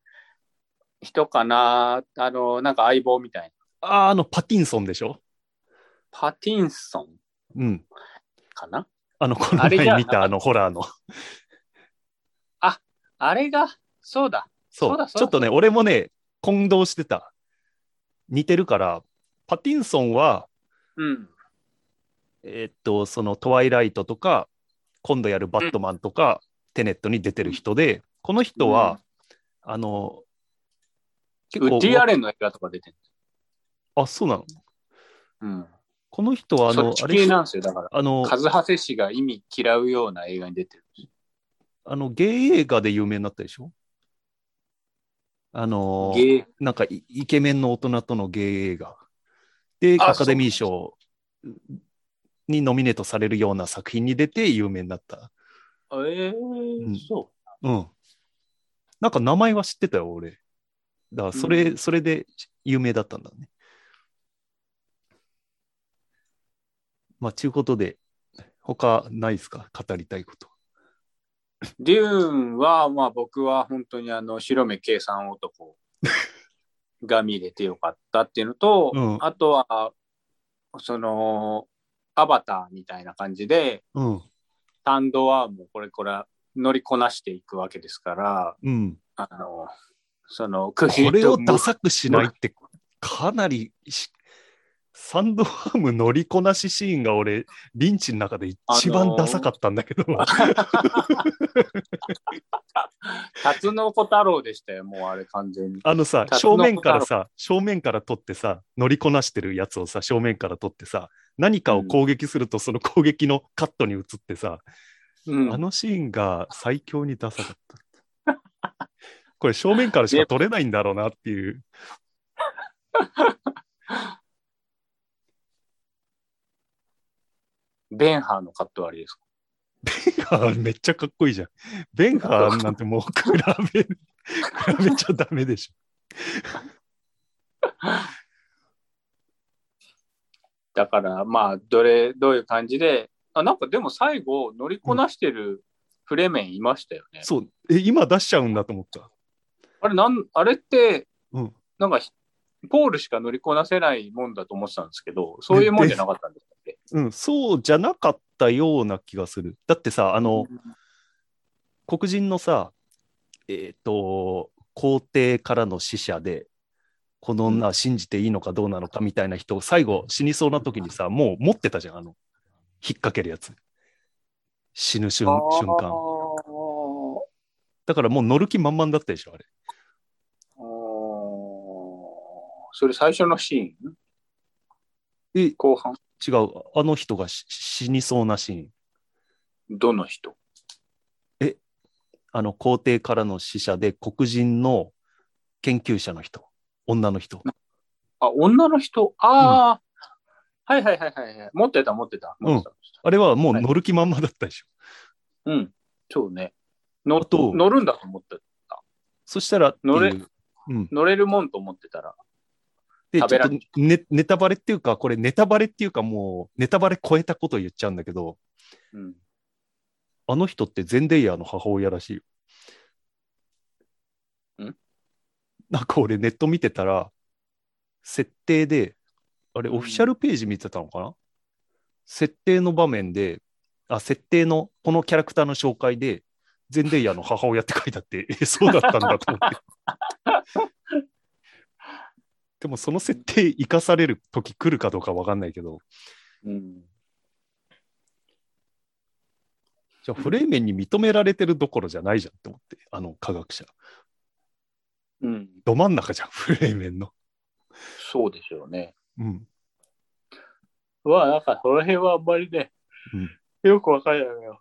[SPEAKER 2] 人かなあの、なんか相棒みたいな。
[SPEAKER 1] ああ、あの、パティンソンでしょ
[SPEAKER 2] パティンソン
[SPEAKER 1] うん。
[SPEAKER 2] かな
[SPEAKER 1] あの、この
[SPEAKER 2] あれじゃ
[SPEAKER 1] 前見たあの、ホラーの。
[SPEAKER 2] あれが、そうだ。
[SPEAKER 1] そう
[SPEAKER 2] そうだそうだ
[SPEAKER 1] ちょっとね、俺もね、混同してた。似てるから、パティンソンは、
[SPEAKER 2] うん。
[SPEAKER 1] えーっと、そのトワイライトとか、今度やるバットマンとか、テネットに出てる人で、この人は、あの、
[SPEAKER 2] ウッディアレンの映画とか出てる。
[SPEAKER 1] あ、そうなの
[SPEAKER 2] うん。
[SPEAKER 1] この人は、あ
[SPEAKER 2] そ
[SPEAKER 1] の
[SPEAKER 2] っ、ち
[SPEAKER 1] あれ
[SPEAKER 2] 系、なんですよ。だから、
[SPEAKER 1] あの、
[SPEAKER 2] カズハセ氏が意味嫌うような映画に出てる。
[SPEAKER 1] あの、ゲイ映画で有名になったでしょあのー、
[SPEAKER 2] ゲー
[SPEAKER 1] なんかイイケメンの大人とのゲイ映画。で、
[SPEAKER 2] あ
[SPEAKER 1] アカデミー賞にノミネートされるような作品に出て有名になった。
[SPEAKER 2] えー
[SPEAKER 1] うん
[SPEAKER 2] そ
[SPEAKER 1] うん。なんか名前は知ってたよ、俺。だから、それ、
[SPEAKER 2] う
[SPEAKER 1] それで有名だったんだね。まあ、ちゅうことで、他ないですか語りたいこと。
[SPEAKER 2] う。デューンは、まあ僕は本当にあの、白目計算男が見れてよかったっていうのと、
[SPEAKER 1] うん
[SPEAKER 2] あとは、その、アバターみたいな感じで、
[SPEAKER 1] うん。
[SPEAKER 2] サンドはもうこれこれ乗りこなしていくわけですから、
[SPEAKER 1] うん。
[SPEAKER 2] あの、その、こ
[SPEAKER 1] これをダサくしないって、かなりし、サンドワーム乗りこなしシーンが俺、リンチの中で一
[SPEAKER 2] あ
[SPEAKER 1] 番
[SPEAKER 2] のー
[SPEAKER 1] ダサかったんだけど、
[SPEAKER 2] タツノコ太郎でしたよ、もうあれ完全に。
[SPEAKER 1] あのさ、
[SPEAKER 2] 辰野
[SPEAKER 1] 正面から
[SPEAKER 2] 小
[SPEAKER 1] さ、正面から撮ってさ、乗りこなしてるやつをさ、正面から撮ってさ、何かを攻撃すると、その攻撃のカットに移ってさ、
[SPEAKER 2] うん
[SPEAKER 1] あのシーンが最強にダサかった。これ正面からしか撮れないんだろうなっていう。
[SPEAKER 2] ベンハーのカット割りですか。
[SPEAKER 1] めっちゃかっこいいじゃん。ベンハーなんてもう比べ、比べちゃダメでしょ。
[SPEAKER 2] だから、まあ、どれ、どういう感じで、あ、なんかでも最後、乗りこなしてるフレメンいましたよね。
[SPEAKER 1] そう、え、今出しちゃうんだと思った。
[SPEAKER 2] あれ、なん、あれって、
[SPEAKER 1] うん。
[SPEAKER 2] なんかひ、ポールしか乗りこなせないもんだと思ってたんですけど、そういうもんじゃなかったんですっけ
[SPEAKER 1] うん、そうじゃなかったような気がする。だってさ、あの、黒人のさ、えっ、と、皇帝からの使者で、この女は信じていいのかどうなのかみたいな人を最後死にそうな時にさ、もう持ってたじゃん、あの、引っ掛けるやつ。死ぬ瞬瞬
[SPEAKER 2] あ
[SPEAKER 1] 間。だからもう乗る気満々だったでしょ、あれ。
[SPEAKER 2] ーあーそれ最初のシーン
[SPEAKER 1] え、
[SPEAKER 2] 後半
[SPEAKER 1] 違う、あの人がし死にそうなシーン。
[SPEAKER 2] どの人
[SPEAKER 1] あの、皇帝からの使者で黒人の研究者の人、女の人。
[SPEAKER 2] あ、女の人ああ、はいはいはいはいはい。持ってた持ってた。持ってた。
[SPEAKER 1] あれはもう乗る気満々だったでしょ。
[SPEAKER 2] うん、そうね。乗
[SPEAKER 1] あと
[SPEAKER 2] 乗るんだと思って、
[SPEAKER 1] そしたらっていう
[SPEAKER 2] 乗れ
[SPEAKER 1] うん、
[SPEAKER 2] 乗れるもんと思ってたら。
[SPEAKER 1] で、ちょっ
[SPEAKER 2] 食べら
[SPEAKER 1] と
[SPEAKER 2] ん
[SPEAKER 1] ネネタバレっていうか、これネタバレっていうか、もうネタバレ超えたこと言っちゃうんだけど、
[SPEAKER 2] うん、
[SPEAKER 1] あの人ってゼンデイヤーの母親らしいよ。
[SPEAKER 2] ん
[SPEAKER 1] なんか俺ネット見てたら、設定で、あれ、オフィシャルページ見てたのかな、設定の場面で、あ、設定のこのキャラクターの紹介で、ゼンデイヤーの母親って書いてあって、え、そうだったんだと思って。でもその設定生かされる時来るかどうかわかんないけど、
[SPEAKER 2] うん。
[SPEAKER 1] じゃあフレーメンに認められてるどころじゃないじゃんって思って、あの科学者。
[SPEAKER 2] うん。
[SPEAKER 1] ど真ん中じゃん、 フレーメンの。
[SPEAKER 2] そうですよね。
[SPEAKER 1] うん。
[SPEAKER 2] うわ、なんかその辺はあんまりね、よくわかんないのよ。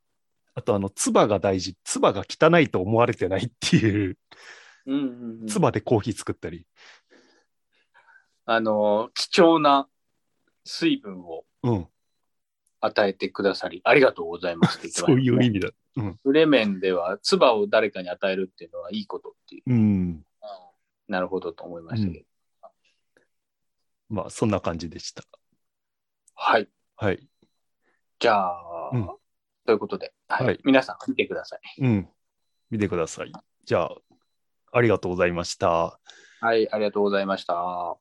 [SPEAKER 1] あと、あの、唾が大事。唾が汚いと思われてないっていう、
[SPEAKER 2] うんうん、うん。
[SPEAKER 1] 唾でコーヒー作ったり。
[SPEAKER 2] あの、貴重な水分を
[SPEAKER 1] うん。
[SPEAKER 2] 与えてくださり、ありがとうございますって言って
[SPEAKER 1] そういう意
[SPEAKER 2] 味。
[SPEAKER 1] 味だ。
[SPEAKER 2] フレメンでは、唾を誰かに与えるっていうのはいいことっていう、
[SPEAKER 1] うん。
[SPEAKER 2] なるほどと思いましたけど。
[SPEAKER 1] まあ、そんな感じでした。
[SPEAKER 2] はい。
[SPEAKER 1] はい。
[SPEAKER 2] じゃあ、
[SPEAKER 1] うん
[SPEAKER 2] ということで、はい
[SPEAKER 1] はい
[SPEAKER 2] 皆さん見てください。
[SPEAKER 1] うん。見てください。じゃあ、ありがとうございました。
[SPEAKER 2] はい、ありがとうございました。